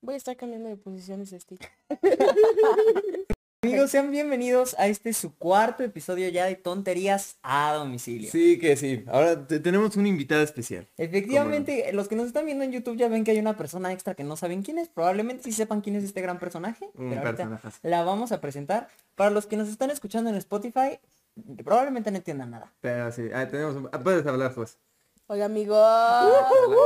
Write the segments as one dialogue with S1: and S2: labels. S1: Voy a estar cambiando de posiciones de stick.
S2: Amigos, sean bienvenidos a este su cuarto episodio ya de tonterías a domicilio.
S3: Sí, que sí. Ahora te- tenemos un invitado especial.
S2: Efectivamente, los que nos están viendo en YouTube ya ven que hay una persona extra que no saben quién es. Probablemente sí sepan quién es este gran personaje,
S3: Un
S2: pero ahorita
S3: personajazo.
S2: la vamos a presentar. Para los que nos están escuchando en Spotify, probablemente no entiendan nada.
S3: Pero sí, ah, tenemos un- ah, puedes hablar, Jos.
S1: Hola amigos.
S3: Uh.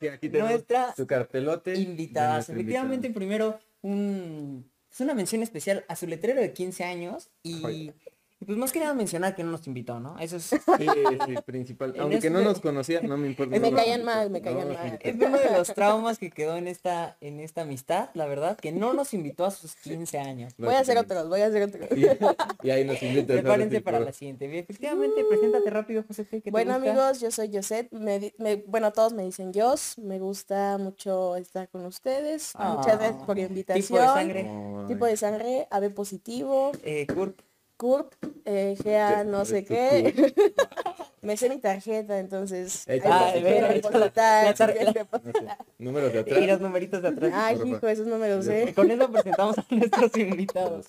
S3: Sí, aquí tenemos
S2: Uh-huh. Nuestra
S3: su cartelote. de
S2: Invitadas.
S3: nuestro
S2: Efectivamente,
S3: invitado.
S2: primero, un... es una mención especial a su letrero de 15 años y...
S3: Ay.
S2: y pues más que nada mencionar que no nos invitó, ¿no? Eso es
S3: Sí, sí, principal.
S2: En
S3: Aunque no
S2: este- Eh,
S3: nos conocía, no me importa.
S2: Me
S3: no lo
S2: caían
S3: invito.
S1: mal, me caían
S3: lo
S1: mal.
S3: invito.
S2: Es uno de los traumas que quedó en esta, en esta amistad, la verdad, que no nos invitó a sus 15 años.
S1: Voy a hacer otros, voy a hacer otros.
S3: Y, y ahí nos invitas.
S2: Prepárense para la siguiente. Efectivamente, preséntate rápido, José. Fe, ¿qué te
S1: Bueno
S2: gusta?
S1: amigos, yo soy Josette. Me di- me- bueno, todos me dicen Jos. Me gusta mucho estar con ustedes.
S2: Ah.
S1: Muchas gracias por la invitación.
S2: Tipo de sangre. pues,
S1: Tipo de sangre, AB positivo,
S2: Eh, Kurt,
S1: CURP, eh, GA no sé qué. me sé mi tarjeta, entonces.
S3: Ahí
S1: ahí
S3: está,
S1: me
S3: ahí
S1: pueden
S3: está, ahí está.
S1: reportar,
S2: La tar-
S1: me pueden
S3: Números de
S2: eh, y los
S3: atrás.
S2: numeritos de atrás.
S1: Ay,
S3: Por
S1: hijo,
S3: favor.
S1: esos no me los
S3: Ya.
S1: sé.
S2: Con eso presentamos a nuestros invitados.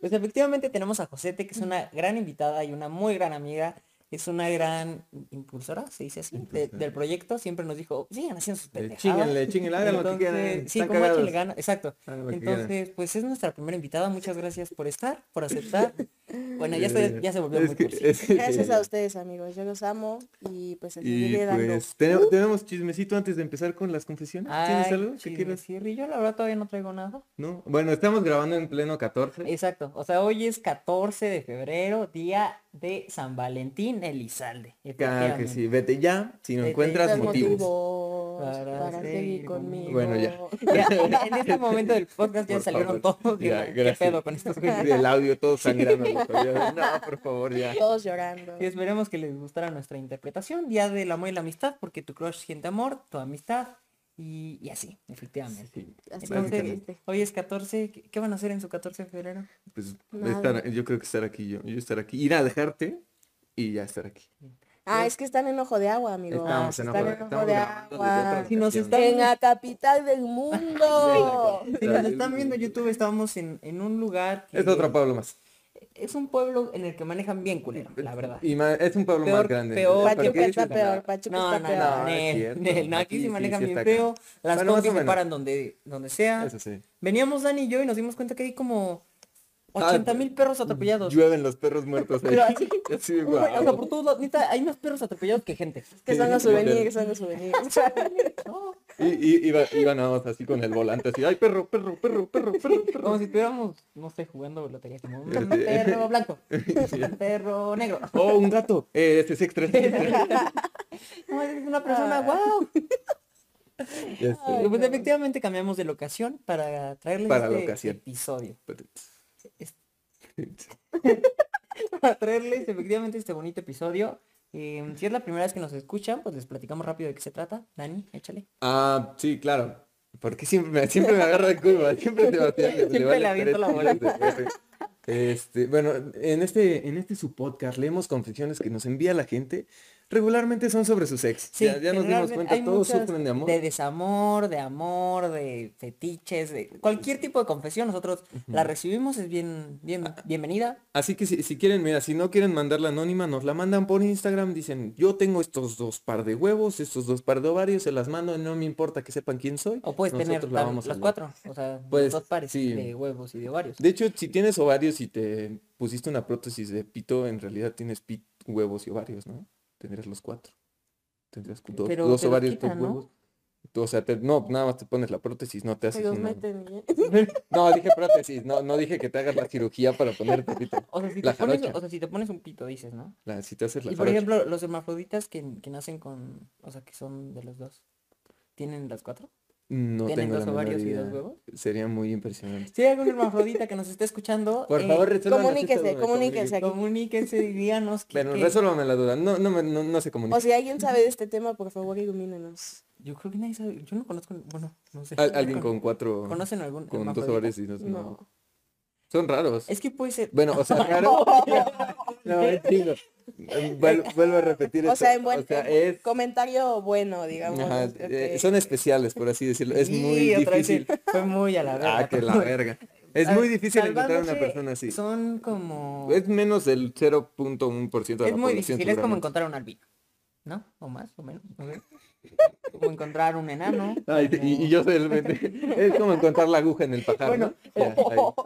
S2: Pues efectivamente tenemos a Josete, que es una gran invitada y una muy gran amiga. Es una gran impulsora, se dice así, de- del proyecto. Siempre nos dijo, sigan haciendo sus
S3: Eh,
S2: pendejadas.
S3: Chíguenle, chíguenle, hagan lo que
S2: Entonces,
S3: quieran.
S2: Sí,
S3: están
S2: como
S3: cagados.
S2: échenle ganas, exacto.
S3: Hagan Ah, lo que
S2: Entonces, pues es nuestra primera invitada. Muchas gracias por estar, por aceptar. Bueno, ya, se, ya se volvió
S3: Eh, Es
S2: muy
S3: que-
S2: cursi.
S3: es que- eh,
S1: Gracias a ustedes, amigos. Yo los amo y pues a
S3: Y
S1: seguirle dando.
S3: pues, tenemos, tenemos chismecito antes de empezar con las confesiones. ¿Tienes
S2: Ay,
S3: algo que
S2: chisme,
S3: quieras?
S2: Sirri, Yo la verdad todavía no traigo nada.
S3: No. Bueno, estamos grabando en pleno 14.
S2: Exacto. O sea, hoy es 14 de febrero, día de San Valentín Elizalde.
S3: Claro que
S2: efectivamente.
S3: sí. Vete ya si no
S2: Vete,
S3: encuentras
S1: Los
S3: motivos.
S1: motivos
S2: Para
S1: para,
S2: seguir
S1: seguir conmigo.
S3: Bueno, ya.
S2: Ya, en este momento del podcast ya
S3: Por
S2: salieron
S3: favor.
S2: todos.
S3: Ya,
S2: ¿Qué
S3: gracias.
S2: pedo con estos güeyes?
S3: El audio todo sangrando. Ya, no, por favor, ya.
S1: Todos llorando.
S2: Y esperemos que les gustara nuestra interpretación. Día del amor y la amistad, porque tu crush siente amor, tu amistad y, y así, efectivamente.
S3: Sí,
S1: Así
S2: Entonces,
S3: básicamente.
S1: dijiste.
S2: hoy es 14. ¿Qué qué van a hacer en su 14 de febrero?
S3: Pues,
S1: Nada.
S3: estar- yo creo que estar aquí, yo, yo estar aquí. Ir a dejarte y ya estar aquí.
S1: Ah, es que están en ojo de agua, amigos.
S3: Estamos en
S1: están
S3: ojo de- estamos
S1: de
S3: grabando desde
S1: agua.
S3: otra
S2: Si nos
S3: locación.
S2: están-
S1: En la capital del mundo.
S2: Si nos están viendo en YouTube, estamos en, en un lugar que
S3: Es otro pueblo más.
S2: es un pueblo en el que manejan bien culero, la verdad. Ah,
S3: Y ma- es un pueblo
S2: Peor-
S3: más grande.
S2: peor-
S3: ¿Para qué
S1: Pachuca
S3: dices "Ah,
S1: está
S3: nada?
S1: peor, Pachuca
S2: No, no,
S1: está
S2: no,
S1: peor.
S3: no, es
S2: nel,
S3: cierto.
S2: nel, no, aquí
S3: Aquí
S2: se
S3: sí,
S2: manejan
S3: sí
S2: bien
S3: está
S2: feo, las
S3: Bueno, más
S2: combis
S3: o
S2: se
S3: menos.
S2: paran donde, donde sea.
S3: Eso sí.
S2: Veníamos Dani y yo y nos dimos cuenta que hay como
S3: Ah,
S2: 80 mil perros atropellados.
S3: Llueven los perros muertos ahí.
S2: Pero así-
S3: Así,
S2: Uy,
S3: guau.
S2: o sea, por todos lados, neta, hay más perros atropellados que gente.
S1: Que son los souvenirs, son los souvenirs.
S2: No,
S3: Y, y iba, iba nada más así con el volante, así, ay, perro, perro, perro, perro, perro, perro.
S2: Como si estuviéramos, no sé, jugando lotería, como un
S3: Sí. eh,
S2: perro blanco, un perro negro.
S3: Oh, un gato. Eh, este es extra. este es extra.
S2: No, es una persona, wow.
S3: Ya sé.
S2: Pues efectivamente cambiamos de locación para traerles
S3: Para
S2: este
S3: locación.
S2: episodio.
S3: Pero-
S2: Para traerles efectivamente este bonito episodio. Eh, si es la primera vez que nos escuchan, pues les platicamos rápido de qué se trata. Dani, échale.
S3: Ah, sí, claro. Porque siempre me, siempre me agarra de curva, siempre te va a tirar, le-
S2: Siempre
S3: vale
S2: le aviento
S3: tres
S2: la
S3: kilos de verga. Este, bueno, en este, en este su podcast leemos confesiones que nos envía la gente. Regularmente son sobre su sex.
S2: Sí,
S3: ya, ya nos dimos
S2: generalmente
S3: cuenta,
S2: hay
S3: todos
S2: muchas
S3: sufren de amor.
S2: De desamor, de amor, de fetiches, de cualquier tipo de confesión. Nosotros la recibimos, es bien, bien,
S3: Ah.
S2: bienvenida.
S3: Así que si, si quieren, mira, si no quieren mandarla anónima, nos la mandan por Instagram, dicen, yo tengo estos dos par de huevos, estos dos par de ovarios, se las mando, no me importa que sepan quién soy.
S2: O puedes tener
S3: nosotros la
S2: tam-
S3: vamos a
S2: los
S3: leer".
S2: cuatro, o sea, los
S3: Pues,
S2: dos pares
S3: sí.
S2: de huevos y de ovarios.
S3: De hecho, si tienes ovarios y te pusiste una prótesis de pito, en realidad tienes pit, huevos y ovarios, ¿no? Tendrías los cuatro. Tendrías cu- dos,
S2: Pero
S3: dos
S2: te los
S3: ovarios,
S2: quitan,
S3: dos
S2: ¿no?
S3: huevos. O sea, te- no, nada más te pones la prótesis, no te
S1: Se
S3: haces
S1: los
S3: una-
S1: meten bien.
S3: No, dije prótesis, no, no dije que te hagas la cirugía para ponerte pito.
S2: O sea, si te
S3: La
S2: pones,
S3: jarocha.
S2: o sea, si te pones un pito, dices, ¿no?
S3: La- si te haces la
S2: y por
S3: jarocha.
S2: ejemplo, los hermafroditas que, que nacen con, o sea, que son de los dos, ¿tienen las cuatro?
S3: No
S2: ¿Tienen
S3: tengo
S2: dos
S3: la menor
S2: ovarios y
S3: idea.
S2: dos huevos?
S3: Sería muy impresionante.
S2: Si hay algún hermafrodita que nos esté escuchando,
S3: Por
S2: eh,
S3: favor, resuélvanme
S1: comuníquese,
S3: esta duda,
S1: comuníquese. aquí.
S2: comuníquense y díganos que,
S3: Bueno,
S2: que-
S3: resuélvame la duda. No, no, me- no, no se comunica.
S1: O si alguien sabe de este tema, por favor, ilumínenos.
S2: Yo creo que nadie sabe, yo no conozco, bueno, no sé.
S3: Al- alguien con cuatro...
S2: ¿Conocen algún
S3: Con dos
S2: hermafrodita?
S3: ovarios y dos...
S1: No.
S3: Son raros.
S2: Es que puede ser...
S3: Bueno, o sea, raro. no, es chingo. Vuel- vuelvo a repetir
S1: O
S3: eso.
S1: sea, en buen
S3: O sea, es...
S1: comentario bueno, digamos.
S3: Ajá,
S1: ok.
S3: eh, son especiales, por así decirlo. Es
S2: Sí,
S3: muy
S2: otra vez
S3: difícil.
S2: sí, Fue muy a la verga.
S3: Ah, que la verga. Es
S2: A ver,
S3: muy difícil encontrar
S2: salvándose,
S3: una persona así.
S2: Son como... Es,
S3: Es menos del 0.1% de la
S2: muy
S3: población,
S2: difícil, es como
S3: seguramente.
S2: encontrar un albino. ¿No? O más, o menos. no sé. Como encontrar un enano.
S3: Ay, y, y yo soy el mente. Es como encontrar la aguja en el pajar.
S2: Bueno,
S3: ¿no? Ya, ahí. Oh,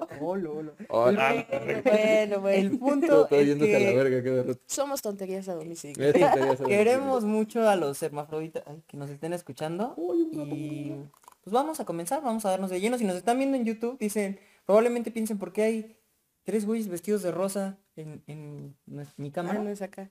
S2: El-
S3: ah,
S1: Bueno, bueno.
S2: El punto
S3: Todo
S2: es
S3: yéndose a la
S2: que
S3: verga Este, cada rato.
S1: Somos tonterías a domicilio.
S3: Eso estaría sobre-
S2: queremos mucho a los hermafroditas ay, que nos estén escuchando.
S1: Uh,
S2: Y pues vamos a comenzar, vamos a darnos de lleno. Si nos están viendo en YouTube, dicen, probablemente piensen por qué hay tres güeyes vestidos de rosa en, en nues- mi
S1: Ah, no
S2: cámara.
S1: es acá.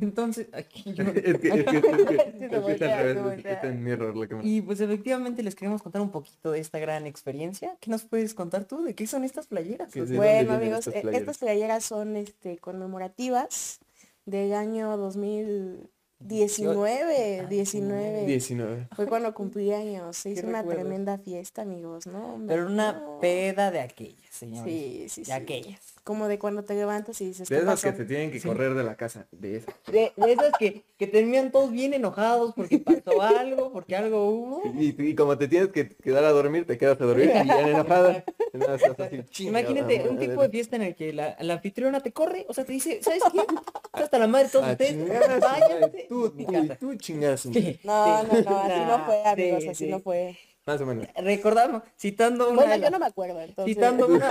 S2: Entonces, aquí yo-
S3: es que, es que, es que,
S1: te
S3: es que está
S1: volteas,
S3: al
S1: te
S3: revés, es que
S1: volteas.
S3: está en mi error la cámara.
S2: Y pues efectivamente les queremos contar un poquito de esta gran experiencia. ¿Qué nos puedes contar tú? ¿De qué son estas playeras?
S3: ¿Qué
S2: O
S3: es
S2: sea,
S3: dónde
S1: Bueno,
S3: vienen
S1: amigos,
S3: estas
S1: eh,
S3: playeras?
S1: estas playeras son este, conmemorativas del año 2019.
S2: Ah,
S1: 19.
S3: 19.
S1: Fue cuando cumplí años. Se hizo una
S2: recuerdos.
S1: tremenda fiesta, amigos, ¿no? Hombre,
S2: Pero una
S1: no.
S2: peda de aquellas, señores.
S1: Sí, sí,
S2: de
S1: sí.
S2: aquellas.
S1: Como de cuando te levantas y dices,
S3: De
S1: ¿qué
S3: esas
S1: pasó?
S3: que te tienen que correr de la casa. De esas.
S2: De, de esas que, que terminan todos bien enojados porque pasó algo, porque algo hubo.
S3: Y, y como te tienes que quedar a dormir, te quedas a dormir y ya enojada. nada, estás así, chingada
S2: Imagínate un
S3: madre.
S2: tipo de fiesta en el que la, la anfitriona te corre, o sea, te dice, ¿sabes qué? Está hasta la madre de todos
S3: Ah,
S2: ustedes,
S3: chingar a su madre,
S2: váyanse. de
S3: Tú,
S2: mi
S3: tú, y
S2: casa".
S3: tú chingas.
S2: Sí,
S1: No,
S2: sí.
S1: no, no, así no fue,
S2: Nah,
S1: amigos,
S2: sí,
S1: así
S2: sí.
S1: no fue.
S3: Más o menos.
S2: Recordamos, citando una
S1: Bueno,
S2: de
S1: yo
S2: las-
S1: no me acuerdo, entonces.
S2: citando una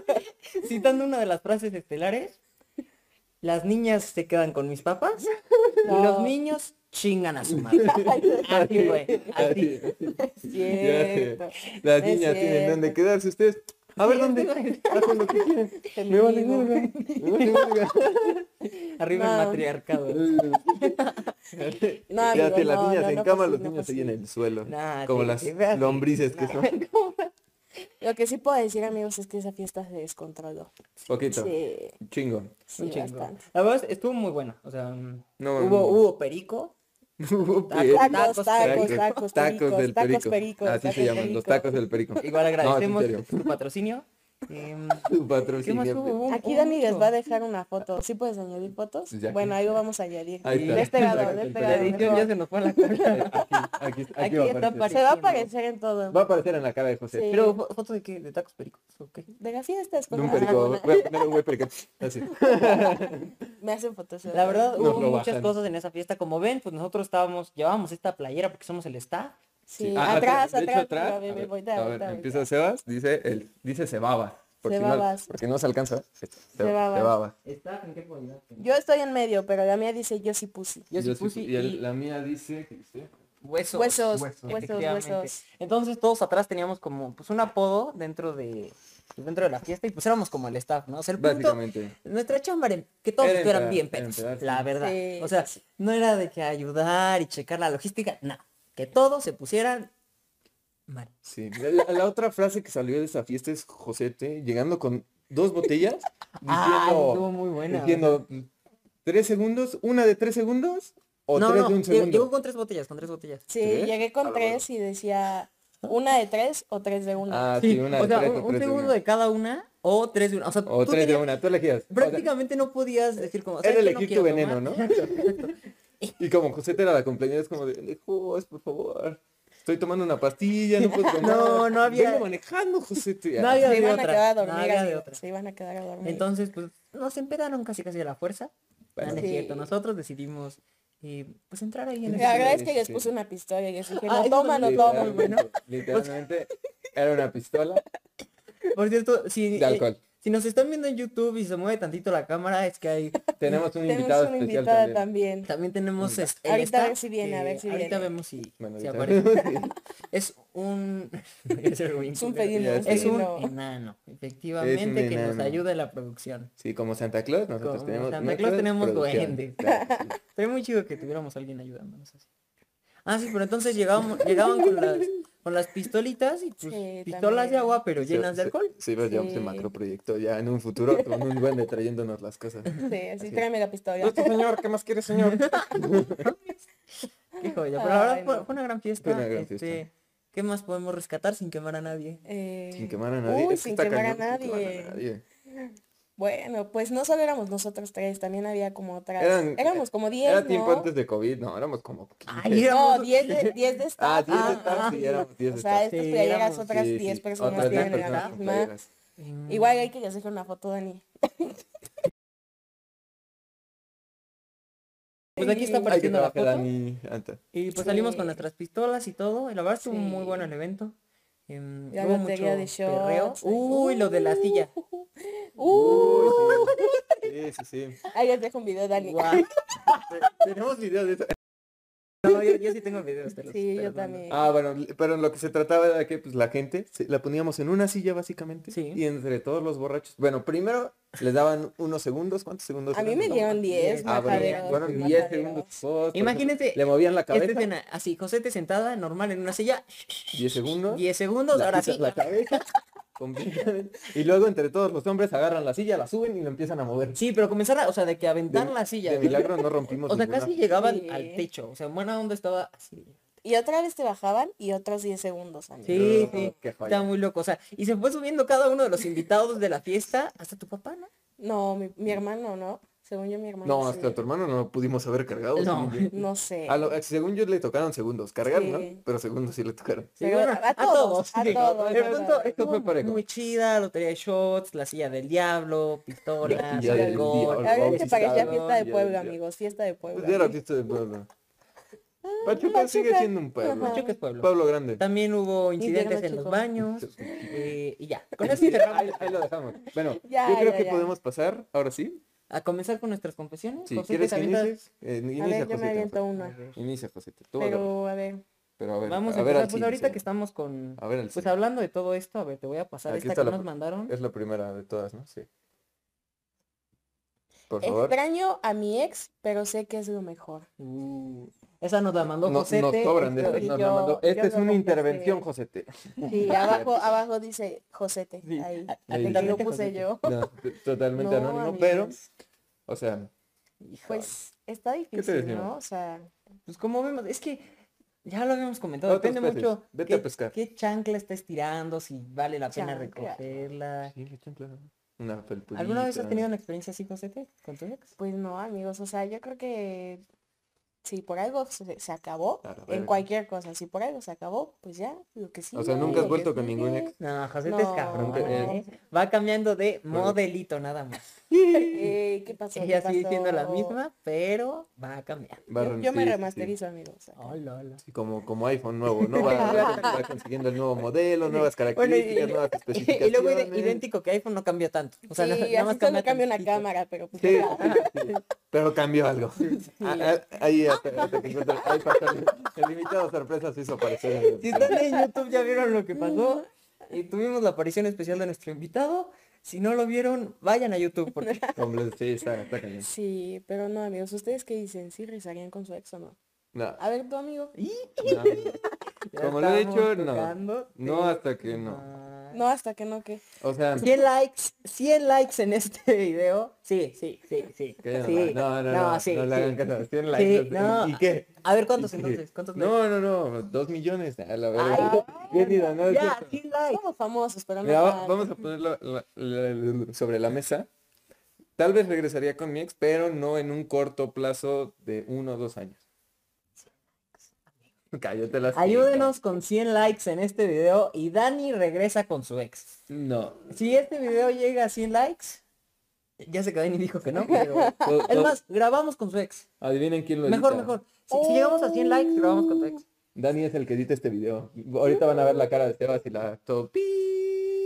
S2: citando una de las frases estelares las niñas se quedan con mis papás y los
S1: No.
S2: niños chingan a su madre así güey así
S1: Cierto.
S3: Las
S1: No es
S3: niñas tienen
S1: cierto.
S3: donde quedarse ustedes. A ver dónde. Hacen lo que quieren. Me vale
S1: Feminismo.
S3: verga. Me vale verga.
S2: arriba
S1: No.
S2: el matriarcado
S1: No,
S3: ya
S1: amigo,
S3: que las
S1: no,
S3: niñas
S1: no,
S3: en
S1: no fue
S3: cama,
S1: así,
S3: los
S1: no fue
S3: niños
S1: así.
S3: siguen en el suelo.
S2: Nah,
S3: como
S2: sí,
S3: las
S2: sí, veas, sí,
S3: lombrices que
S2: nah.
S3: son.
S1: Lo que sí puedo decir, amigos, es que esa fiesta se descontroló.
S3: Poquito.
S1: Sí,
S3: Chingo.
S1: sí,
S2: Un chingo.
S1: bastante.
S2: la verdad es- estuvo muy bueno o sea mm,
S3: No,
S2: hubo
S3: no.
S2: hubo perico
S3: Perico.
S1: Eh, Tacos, tacos, tacos,
S3: tacos del
S1: pericos,
S3: perico.
S1: tacos pericos,
S3: Así se
S1: tacos
S3: llaman,
S1: pericos.
S3: los tacos del perico.
S2: igual agradecemos
S3: No, en serio.
S2: su patrocinio Em,
S3: Tu
S2: ¿Qué más hubo?
S3: patrocinio.
S2: Hubo-
S1: Aquí
S2: hubo
S1: Dani les
S2: mucho.
S1: va a dejar una foto. ¿Sí puedes añadir fotos?
S3: Pues Ya que-
S1: Bueno, ahí lo vamos a añadir.
S3: Ahí está.
S1: De este lado, de
S3: Aquí
S1: este
S3: está.
S2: La
S1: lado.
S2: edición ya
S1: mejor.
S2: se nos fue a la cola.
S3: Aquí, aquí, aquí
S2: Aquí
S3: va a
S2: está
S3: aparecer.
S1: Se va a
S2: Sí, no.
S1: aparecer en todo.
S3: Va a aparecer en la cara de José.
S1: Sí.
S2: Pero fo- foto de qué? De tacos pericos. ok.
S1: De las fiestas.
S3: De un
S1: cosas
S3: perico.
S1: buenas.
S3: Voy a poner un güey perico. Así.
S1: Me hacen fotos. ¿eh?
S2: La verdad
S3: Nos
S2: hubo
S3: lo
S2: muchas
S3: bajan.
S2: cosas en esa fiesta. Como ven, pues nosotros estábamos, llevábamos esta playera porque somos el staff.
S1: Sí,
S3: Ah,
S1: atrás,
S3: de hecho,
S1: atrás.
S3: atrás.
S1: mira,
S3: A
S1: ve, ve,
S3: ver,
S1: voltea,
S3: a ver,
S1: voltea,
S3: empieza Sebas, dice el, dice Sebabas. Porque no,
S1: Sebabas.
S3: porque no se alcanza. Se-
S1: Sebabas.
S3: Sebabas.
S2: ¿Está en qué podía?
S1: voltea. Yo estoy en medio, pero la mía dice yo sí puse.
S2: Yo sí
S3: Yo sí
S2: puse
S3: pu- y el-
S2: y-
S3: la mía dice que usted-
S2: Huesos.
S1: Huesos, huesos,
S2: efectivamente.
S1: huesos.
S2: Entonces todos atrás teníamos como pues un apodo dentro de dentro de la fiesta y pues éramos como el staff, ¿no? O sea, el punto,
S3: básicamente.
S2: nuestra chamba era que todos
S3: Era
S2: estuvieran
S3: empedar-
S2: bien pedos,
S3: empedar, sí.
S2: la verdad.
S1: Sí,
S2: o sea, no era de que ayudar y checar la logística, no. Que todos se pusieran mal.
S3: Sí. La, la- la otra frase que salió de esa fiesta es Josete llegando con dos botellas
S2: Ah, estuvo
S3: diciendo,
S2: muy buena.
S3: diciendo tres segundos, una de tres segundos o
S2: no,
S3: tres
S2: no,
S3: de un
S2: llegó-
S3: segundo.
S2: llegó con tres botellas, con tres botellas.
S1: Sí,
S3: ¿Tres?
S1: llegué con tres y decía una de tres o tres de una.
S3: Ah,
S2: Sí,
S3: sí, una de
S2: o sea,
S3: tres,
S2: un,
S3: o
S2: un
S3: tres de
S2: segundo
S3: una.
S2: de, cada una o tres de una. O sea,
S3: O
S2: tú
S3: tres de
S2: tenías-
S3: una, tú elegías. O sea,
S2: prácticamente no podías decir como...
S3: era
S2: "¿Sabes qué?
S3: elegir tu
S2: quiero
S3: veneno,
S2: tomar".
S3: ¿no? y como José era la compañera, es como de, Jos, por favor, estoy tomando una pastilla, no puedo tomar.
S2: No, no había-
S3: Vengo manejando, José.
S2: No había-
S1: se
S2: de
S1: iban
S2: otra,
S1: a quedar a
S2: no
S1: dormir,
S2: había de
S1: amigos,
S2: otra.
S1: se iban a quedar a dormir.
S2: Entonces, pues, nos empedaron casi casi a la fuerza. Ah,
S3: Bueno.
S2: No, no es cierto,
S1: Sí.
S2: nosotros decidimos, eh, pues, entrar ahí en
S1: la
S2: ese-
S1: verdad es que les
S3: Sí.
S1: puse una pistola y les dije,
S2: Ah,
S1: no
S2: eso
S1: toma, no
S2: también.
S1: toma.
S2: muy bueno.
S3: Literalmente, era una pistola
S2: Por cierto, si, eh,
S3: de alcohol.
S2: si nos están viendo en YouTube y se mueve tantito la cámara, es que hay...
S3: Tenemos un
S1: Tenemos
S3: invitado
S1: una
S3: especial
S1: invitada
S3: también.
S1: también.
S2: También tenemos... es- el
S1: Ahorita a ver
S2: staff
S1: si viene, a
S2: que
S1: ver si
S2: Ahorita
S1: viene.
S2: vemos si,
S3: Bueno,
S2: si
S3: ahorita-
S2: aparece. Es un... es
S1: Es un felino,
S3: es
S2: Es un
S1: felino.
S2: enano, efectivamente, que nos
S3: enano.
S2: ayuda en la producción.
S3: Sí, como Santa Claus, nosotros
S2: Como
S3: tenemos.
S2: Santa
S3: nuestras
S2: Claus tenemos
S3: producciones.
S2: duendes.
S3: Claro, sí.
S2: Sería muy chido que tuviéramos a alguien ayudándonos así. Ah, sí, pero entonces llegábamos, llegaban con las, con las pistolitas y pues,
S1: Sí,
S2: pistolas de
S1: también.
S2: agua, pero
S3: Se-
S2: llenas de
S3: se-
S2: alcohol.
S3: Sí, pero llevamos el
S1: Sí.
S3: macroproyecto ya en un futuro con un duende trayéndonos las cosas.
S1: Sí, así
S3: Así.
S1: tráeme la pistola.
S3: señor, ¿qué más quiere, señor?
S2: Qué joya. Pero la verdad
S1: Ay,
S2: fue,
S1: no.
S2: fue una gran fiesta.
S3: Fue una gran
S2: este,
S3: fiesta.
S2: ¿Qué más podemos rescatar sin quemar a nadie?
S1: Eh,
S3: Sin quemar a nadie.
S1: uy,
S3: Es que
S1: sin
S3: está
S1: quemar a
S3: cañón, sin quemar a
S1: nadie.
S3: nadie.
S1: Bueno, pues no solo éramos nosotros tres, también había como otras.
S3: Eran- eh,
S1: éramos como 10,
S3: Era
S1: ¿no?
S3: tiempo antes de COVID, no, éramos como 15.
S2: Ay, era-
S1: No, 10 de, 10 de
S3: Ah,
S1: staff.
S3: 10 de
S2: Ah,
S3: staff, sí,
S2: ah,
S3: éramos 10
S1: o
S3: de
S1: sea,
S3: staff.
S1: estas
S2: Sí,
S1: playeras,
S2: éramos-
S1: otras
S3: Sí,
S1: 10
S3: sí,
S1: personas
S3: otras 10
S1: tienen
S3: personas
S1: la
S3: con
S1: misma.
S3: playeras.
S2: Mm,
S1: Igual hay que hacer una foto, Dani.
S2: Pues aquí está
S1: Ay,
S3: Ay, que
S2: apareciendo la
S3: trabaje
S2: foto.
S3: Dani Anta.
S2: Y pues salimos
S1: Sí.
S2: con nuestras pistolas y todo. Y la verdad estuvo muy
S1: Sí.
S2: bueno el evento. Em,
S1: La
S2: hubo
S1: lotería
S2: mucho
S1: de
S2: perreo.
S1: shots.
S2: Uy, lo de la silla.
S1: Uh,
S3: Uy, sí. sí, sí, sí.
S1: ahí les dejo un video, Dani.
S2: Guau.
S3: Tenemos videos de eso.
S2: No, yo, yo sí tengo videos. te los-
S1: Sí,
S2: te
S1: yo
S2: los mando.
S1: también.
S3: Ah, bueno, l- pero en lo que se trataba era que pues, la gente se- la poníamos en una silla básicamente
S2: Sí.
S3: y entre todos los borrachos. Bueno, primero les daban unos segundos, ¿cuántos segundos?
S1: A mí
S3: eran?
S1: me dieron 10,
S2: Ah,
S3: Ah, bueno,
S1: majaderos,
S3: fueron
S2: sí.
S3: 10
S1: majaderos. este
S3: segundos. todos, por
S2: Imagínense,
S3: ejemplo, Le movían la
S2: Esta
S3: cabeza.
S2: escena, Este así, Josete sentada, normal, en una silla,
S3: 10 segundos.
S2: 10 segundos,
S3: la
S2: ahora
S3: quitan
S2: sí.
S3: La cabeza. completamente, Y luego entre todos los hombres agarran la silla, la suben y la empiezan a mover.
S2: Sí, pero comenzar, a- o sea, de que aventar
S3: De-
S2: la silla.
S3: De
S2: ¿no?
S3: milagro no rompimos
S2: O sea,
S3: ninguna.
S2: casi llegaban
S1: Sí.
S2: al techo. O sea, en buena onda estaba así.
S1: Y otra vez te bajaban y otros 10 segundos, Dani.
S2: Sí,
S3: No,
S2: sí.
S3: qué joya.
S2: Estaba muy loco. O sea, y se fue subiendo cada uno de los invitados de la fiesta, hasta tu papá, ¿no?
S1: No, mi, mi hermano, ¿no? Según yo, mi hermano.
S3: No,
S1: sí.
S3: hasta tu hermano no lo pudimos haber cargado.
S2: No.
S3: según yo.
S1: No sé.
S3: A lo- según yo le tocaron segundos, cargar, ¿no?
S1: Sí.
S3: Pero segundos sí le tocaron.
S2: Sí,
S1: Pero a todos, a
S2: sí.
S1: todos,
S2: El
S1: a
S2: punto
S1: todos.
S2: es que
S3: Esto fue
S2: estuvo
S3: parejo.
S2: muy chida, lotería de shots, la silla del diablo,
S3: La
S2: pistolas,
S3: silla del
S2: alcohol.
S3: diablo.
S1: La verdad es que
S3: Vamos,
S1: parecía
S3: Isabel,
S1: este fiesta de
S3: ya,
S1: Puebla,
S3: ya.
S1: amigos, fiesta de Puebla.
S3: Pues ya era fiesta de pueblo.
S2: Ah,
S3: Pachuca, sigue
S1: Pachuca.
S3: siendo un pueblo.
S1: Ajá.
S2: Pachuca es pueblo.
S3: Pueblo grande.
S2: También hubo incidentes
S1: Invierno,
S2: en los
S1: chico.
S2: baños. eh, y ya. Con eso cerramos.
S3: Ahí, ahí lo dejamos. Bueno,
S1: Ya,
S3: yo creo
S1: ya,
S3: que
S1: ya.
S3: podemos pasar, ahora sí.
S2: A comenzar con nuestras confesiones.
S3: Si
S2: José,
S3: quieres
S2: ¿te
S3: que
S2: avientas?
S3: inicies, eh, inicia
S1: A ver, yo me
S3: Josete,
S1: aviento
S3: Josete.
S1: una.
S3: Inicia, Josete. Tú agarra.
S1: Pero, a ver.
S3: Pero a ver,
S2: Vamos a,
S3: a ver
S2: empezar,
S3: al
S2: pues
S3: cine,
S2: ahorita
S3: sí.
S2: que estamos con...
S3: A ver al
S2: Pues
S3: cine.
S2: hablando de todo esto, a ver, te voy a pasar
S3: Aquí
S2: esta
S3: está
S2: que
S3: la Eh.
S2: nos
S3: pro-
S2: mandaron.
S3: Es la primera de todas, ¿no? Sí. Por favor.
S1: Extraño a mi ex, pero sé que es lo mejor.
S2: Uh, esa nos la mandó
S3: No-
S2: José.
S3: nos cobran de
S1: esto-
S3: estas, nos
S1: este, yo-
S3: la mandó. Esta
S1: yo
S3: es
S1: no
S3: una
S1: lo
S3: intervención,
S1: pensé.
S3: Josete.
S1: Sí, abajo, abajo dice Josete.
S2: Sí,
S1: Ahí.
S3: Ah,
S2: a-
S1: Ahí
S3: atentamente,
S1: lo puse
S2: Josete.
S1: yo.
S3: No, t- totalmente
S1: No,
S3: anónimo, pero,
S2: pues,
S1: amigos.
S3: o sea,
S1: Pues está difícil,
S3: decimos?
S1: ¿no? O sea,
S2: Pues como vemos, es que ya lo habíamos comentado,
S3: Otros
S2: depende
S3: peces,
S2: mucho
S3: vete
S2: qué,
S3: a pescar.
S2: qué chancla estés tirando, si vale la pena
S1: Chancla.
S2: recogerla.
S3: sí, le echan claro. Una felpudita.
S2: ¿Alguna vez has tenido una experiencia así, Josete, con tu ex?
S1: pues no, amigos. O sea, yo creo que si por algo se, se acabó,
S3: A la verga.
S1: en cualquier cosa, si por algo se acabó, pues ya, lo que sí.
S3: O sea, ¿nunca has vuelto con ningún
S1: ningún
S3: ex?
S2: No, Josete es
S1: No.
S2: cabrón,
S3: Eh,
S2: ¿eh? Va cambiando de
S3: Bueno.
S2: modelito nada más.
S1: Eh, ¿Qué pasó?
S2: Ella
S1: ¿Qué
S2: sigue siendo la
S1: pasó?
S2: misma, pero va cambiando.
S3: Va a
S1: Yo,
S3: ren-
S1: yo me
S3: sí, sí, sí.
S1: remasterizo, amigos. acá.
S2: Hola, hola.
S3: Sí, como, como iPhone nuevo, ¿no? Va, va- va consiguiendo el nuevo modelo, nuevas características, nuevas
S2: Y
S3: especificaciones.
S2: luego ide- idéntico que iPhone no cambia tanto. O sea,
S1: sí,
S2: nada- nada
S1: así
S2: más
S1: solo cambia una
S2: tantito.
S1: cámara, pero pues,
S3: Sí, sí, sí. Pero cambió algo. Ah, ah, Ahí hasta, hasta que encuentro- ahí pasó el, el invitado sorpresa se hizo aparecer. en el-
S2: Si están en YouTube ya vieron lo que pasó. Y tuvimos la aparición especial de nuestro invitado. Si no lo vieron, vayan a YouTube porque
S3: Hombre, sí, está, está cañón.
S1: Sí, pero no, amigos. ¿Ustedes qué dicen? ¿Sí rezarían con su ex o no?
S3: No,
S1: A ver, tu amigo.
S3: no, no.
S2: ya
S3: Como lo he
S2: estamos
S3: dicho, no.
S2: tocando
S3: No,
S2: temas.
S3: hasta que no.
S1: No, hasta que no, ¿qué?
S3: O sea,
S2: 100 likes, 100 likes en este video. Sí, sí, sí, sí.
S3: que no,
S2: sí.
S3: no, no, no, no,
S2: sí,
S3: le
S2: sí.
S3: hagan caso. tienen likes,
S2: Sí,
S3: no sé,
S2: no.
S3: ¿Y, y qué?
S2: A ver cuántos
S3: ¿Y qué?
S2: entonces, cuántos likes.
S3: No, no, no, dos millones. A la
S2: Ay,
S3: verdad. Bienvenida, no es
S2: ya,
S3: cierto.
S2: 100 likes.
S1: Somos famosos, pero no.
S3: Mira, va-
S1: tanto.
S3: vamos a ponerlo la- la- la- sobre la mesa. Tal vez regresaría con mi ex, pero no en un corto plazo de uno o dos años. Cállate las
S2: Ayúdenos con 100 likes en este video y Dani regresa con su ex.
S3: No.
S2: Si este video llega a 100 likes, ya se quedó y dijo que no, pero...
S3: To-
S2: Es
S3: to-
S2: más, grabamos con su ex.
S3: Adivinen quién lo
S2: Mejor,
S3: edita.
S2: mejor. Si, si llegamos a 100 likes, grabamos con su ex.
S3: Dani es el que edita este video. Ahorita van a ver la cara de Sebas y la todo. pi.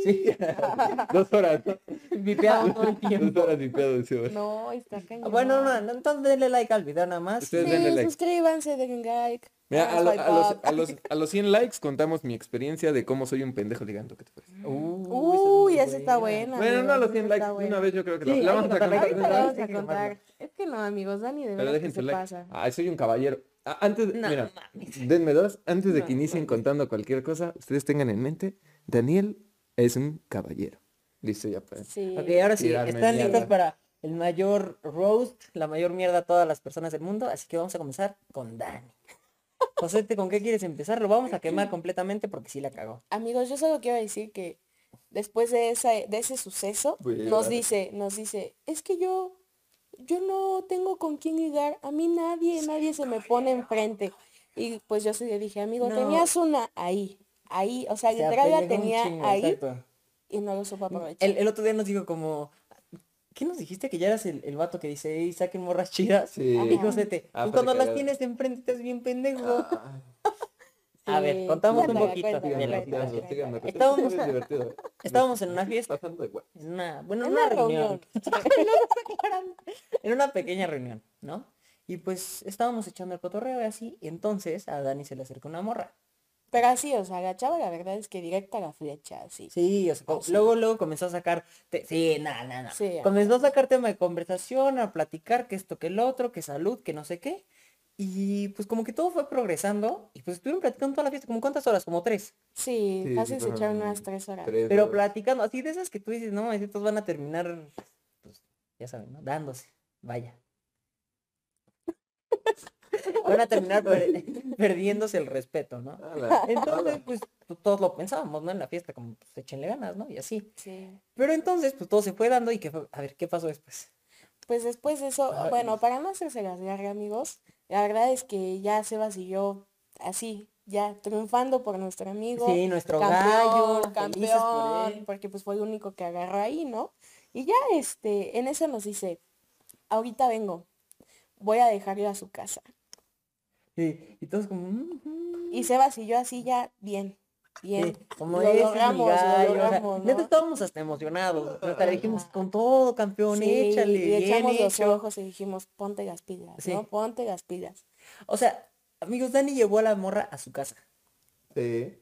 S2: Sí.
S3: Dos horas, ¿no?
S2: Vipeado todo el
S3: Dos
S2: tiempo.
S3: horas y pedo de Sebas.
S1: No, está cañón.
S2: Bueno, Ah, no, no, entonces denle like al video nada más.
S3: Ustedes
S1: Sí,
S3: denle like.
S1: suscríbanse, den like.
S3: Mira, a,
S1: hagan
S3: lo-
S1: swipe
S3: a los,
S1: up.
S3: a, los, a los 100 likes contamos mi experiencia de cómo soy un pendejo ligando. ¿Qué te parece?
S1: Uy,
S2: esa
S1: esa está buena.
S3: Bueno, no a
S1: amigos,
S3: los
S1: esa
S3: 100
S1: está
S3: likes. de
S1: buena.
S3: Una vez yo creo que
S2: Sí,
S3: la- la
S2: hay
S3: vamos
S2: que
S3: a
S2: contar,
S3: contar.
S2: hay que
S1: Ahorita la
S3: ¿verdad?
S1: vamos
S2: Hay
S1: a
S2: que
S1: contar.
S2: quemarlo.
S1: Es que no, amigos, Dani, de
S3: Pero
S1: verdad que
S3: déjense
S1: se
S3: like.
S1: pasa.
S3: Ay, soy un caballero. Ah, Antes,
S2: No,
S3: mira,
S2: mames.
S3: denme dos. Antes de
S2: No,
S3: que inicien contando cualquier cosa, ustedes tengan en mente, Daniel es un caballero. Listo, ya pues.
S1: Sí.
S2: Ok, ahora sí,
S3: Tirarme
S2: están
S3: mierda.
S2: listos para el mayor roast, la mayor mierda a todas las personas del mundo. Así que vamos a comenzar con Dani. Josete, ¿con qué quieres empezar? Lo vamos a quemar completamente porque sí la cagó.
S1: Amigos, yo solo quiero decir que después de, esa, de ese suceso,
S3: Voy a
S1: nos
S3: llorar.
S1: dice, nos dice, es que yo, yo no tengo con quién ligar, a mí nadie, nadie se me pone enfrente. Y pues yo sí le dije, amigo,
S2: No.
S1: tenías una ahí, ahí, o sea,
S2: Se
S1: literal la
S2: apellejó un
S1: tenía
S2: chingo,
S1: ahí
S2: exacto.
S1: y no lo supo aprovechar.
S2: El, el otro día nos dijo como, ¿qué nos dijiste? Que ya eras el, el vato que dice, "Ey, saquen morras chidas.
S3: Sí.
S2: Y Josete,
S3: Ah,
S2: y
S3: pero
S2: cuando las
S3: cagado.
S2: tienes enfrente estás bien
S3: Ah.
S2: pendejo.
S3: Ay,
S2: A ver, contamos
S3: un
S2: poquito
S3: díganme,
S2: de la
S3: díganme, díganme, díganme, pero
S2: Estábamos-
S3: es divertido.
S2: Estábamos en una fiesta,
S3: Pasando de huevo.
S2: en una, bueno, en
S1: En
S2: una,
S1: una
S2: reunión.
S1: reunión.
S2: en una pequeña reunión, ¿no? Y pues estábamos echando el cotorreo y así, y entonces a Dani se le acercó una morra.
S1: Pero así, o sea, agachaba la verdad es que directa la flecha, así.
S2: Sí, o sea, co- luego, luego comenzó a sacar, te- sí, nada, nada, nada.
S1: Sí, ya.
S2: comenzó a sacar tema de conversación, a platicar que esto, que el otro, que salud, que no sé qué. Y pues como que todo fue progresando y pues estuvieron platicando toda la fiesta, como cuántas horas, como tres.
S1: Sí,
S3: Sí,
S1: casi
S3: sí,
S1: se echaron
S3: fueron
S1: unas tres horas.
S3: Tres,
S2: Pero
S3: dos.
S2: platicando, así de esas que tú dices, no, mames, estos van a terminar, pues, ya saben, ¿no? Dándose, vaya. van a terminar per- perdiéndose el respeto, ¿no?
S3: Ala,
S2: Entonces,
S3: ala.
S2: pues, pues, todos lo pensábamos, ¿no? En la fiesta, como, pues, échenle ganas, ¿no? Y así.
S1: Sí.
S2: Pero entonces, pues, todo se fue dando y que, fue- a ver, ¿qué pasó después?
S1: Pues después de eso,
S2: Ay.
S1: bueno, para no hacerse las largas, amigos, la verdad es que ya Sebas y yo, así, ya triunfando por nuestro amigo,
S2: Sí, nuestro gallo,
S1: campeón,
S2: felices por
S1: campeón,
S2: él.
S1: porque pues fue el único que agarró ahí, ¿no? Y ya, este, en eso nos dice, ahorita vengo, voy a dejarlo a su casa.
S2: Sí, y todos como... "Mm, mm".
S1: Y Sebas y yo así ya, bien, bien.
S2: Sí, como
S1: lo
S2: "Ese es mi
S1: logramos, lo
S2: gallo", o sea,
S1: logramos,
S2: neta,
S1: ¿no?
S2: estábamos hasta emocionados. Neta, le dijimos,
S1: Ajá.
S2: con todo, campeón,
S1: Sí,
S2: échale,
S1: y
S2: bien
S1: echamos los
S2: hecho".
S1: ojos y dijimos, ponte las pilas,
S2: Sí.
S1: ¿no? Ponte las pilas.
S2: O sea, amigos, Dani llevó a la morra a su casa.
S3: Sí.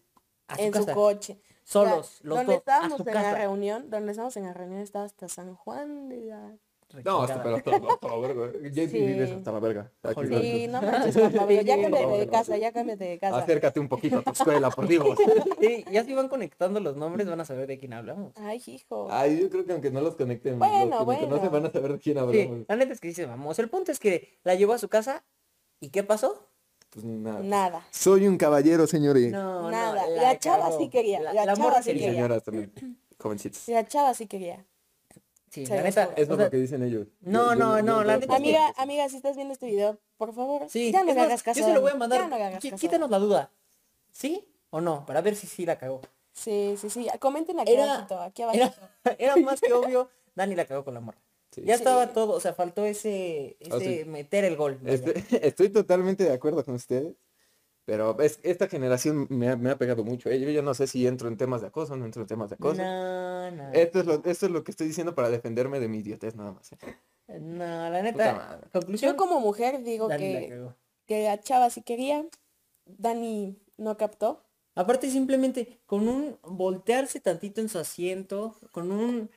S2: A su
S1: en
S2: casa.
S1: su coche. O sea,
S2: solos, los
S1: donde
S2: dos. A
S1: estábamos
S2: su
S1: en la
S2: casa.
S1: reunión, donde estábamos en la reunión estaba hasta San Juan de la...
S3: No, hasta,
S2: Rechingada.
S3: pero hasta, hasta la verga. JP
S1: Sí.
S3: vives hasta la verga. Aquí
S2: Joder.
S3: estás.
S1: Sí, no manches, Juan Pablo, ya cámbiate
S3: No,
S1: de
S3: no.
S1: casa, ya cámbiate de casa.
S3: Acércate un poquito a tu escuela, por Dios.
S2: Sí, ya si van conectando los nombres van a saber de quién hablamos.
S1: Ay, hijo.
S3: Ay, yo creo que aunque no los conecten,
S1: Bueno,
S3: los que me
S1: bueno.
S3: conocen van a saber de quién hablamos.
S2: Sí, la neta es que dice, vamos. El punto es que la llevó a su casa y ¿qué pasó?
S3: Pues nada.
S1: Nada.
S3: Soy un caballero, señores.
S2: No,
S1: Nada, la chava
S2: cagó.
S1: sí quería,
S2: La,
S1: la
S2: la
S1: chava
S2: morra
S1: sí
S3: Y
S2: quería.
S1: quería.
S3: señoras también. Jovencitos.
S1: Sí, La chava sí quería.
S2: Sí,
S1: Se
S2: la
S1: los
S2: neta.
S1: juro.
S2: o
S3: Es
S2: sea,
S3: lo que dicen ellos.
S2: No, no, no, la neta es que-
S1: Amiga, amiga, si estás viendo este video, por favor,
S2: sí,
S1: ya no
S2: es
S1: le
S2: más,
S1: hagas caso.
S2: Yo se lo voy a
S1: Dani,
S2: mandar.
S1: Ya no le hagas
S2: Qui-
S1: caso.
S2: Quítanos la duda. ¿Sí o no? Para ver si sí la cagó.
S1: Sí, sí, sí. Comenten aquí
S2: Era-
S1: abajito, aquí
S2: Era,
S1: abajito.
S2: era más que obvio, Dani la cagó con la morra.
S3: Sí.
S2: Ya
S1: Sí.
S2: estaba todo, o sea, faltó ese, ese
S3: Ah, sí.
S2: meter el gol. vaya.
S3: Este- estoy totalmente de acuerdo con ustedes. Pero es- esta generación me ha, me ha pegado mucho. eh. Yo ya no sé si entro en temas de acoso o no entro en temas de acoso.
S2: No, no.
S3: Esto, es lo, esto es lo que estoy diciendo para defenderme de mi idiotez nada más. eh.
S2: No, la
S3: Puta
S2: neta.
S3: madre.
S2: Conclusión.
S1: Yo como mujer digo
S2: Dani la
S1: que,
S2: cagó.
S1: que la chava sí quería, Dani no captó.
S2: Aparte simplemente con un voltearse tantito en su asiento, con un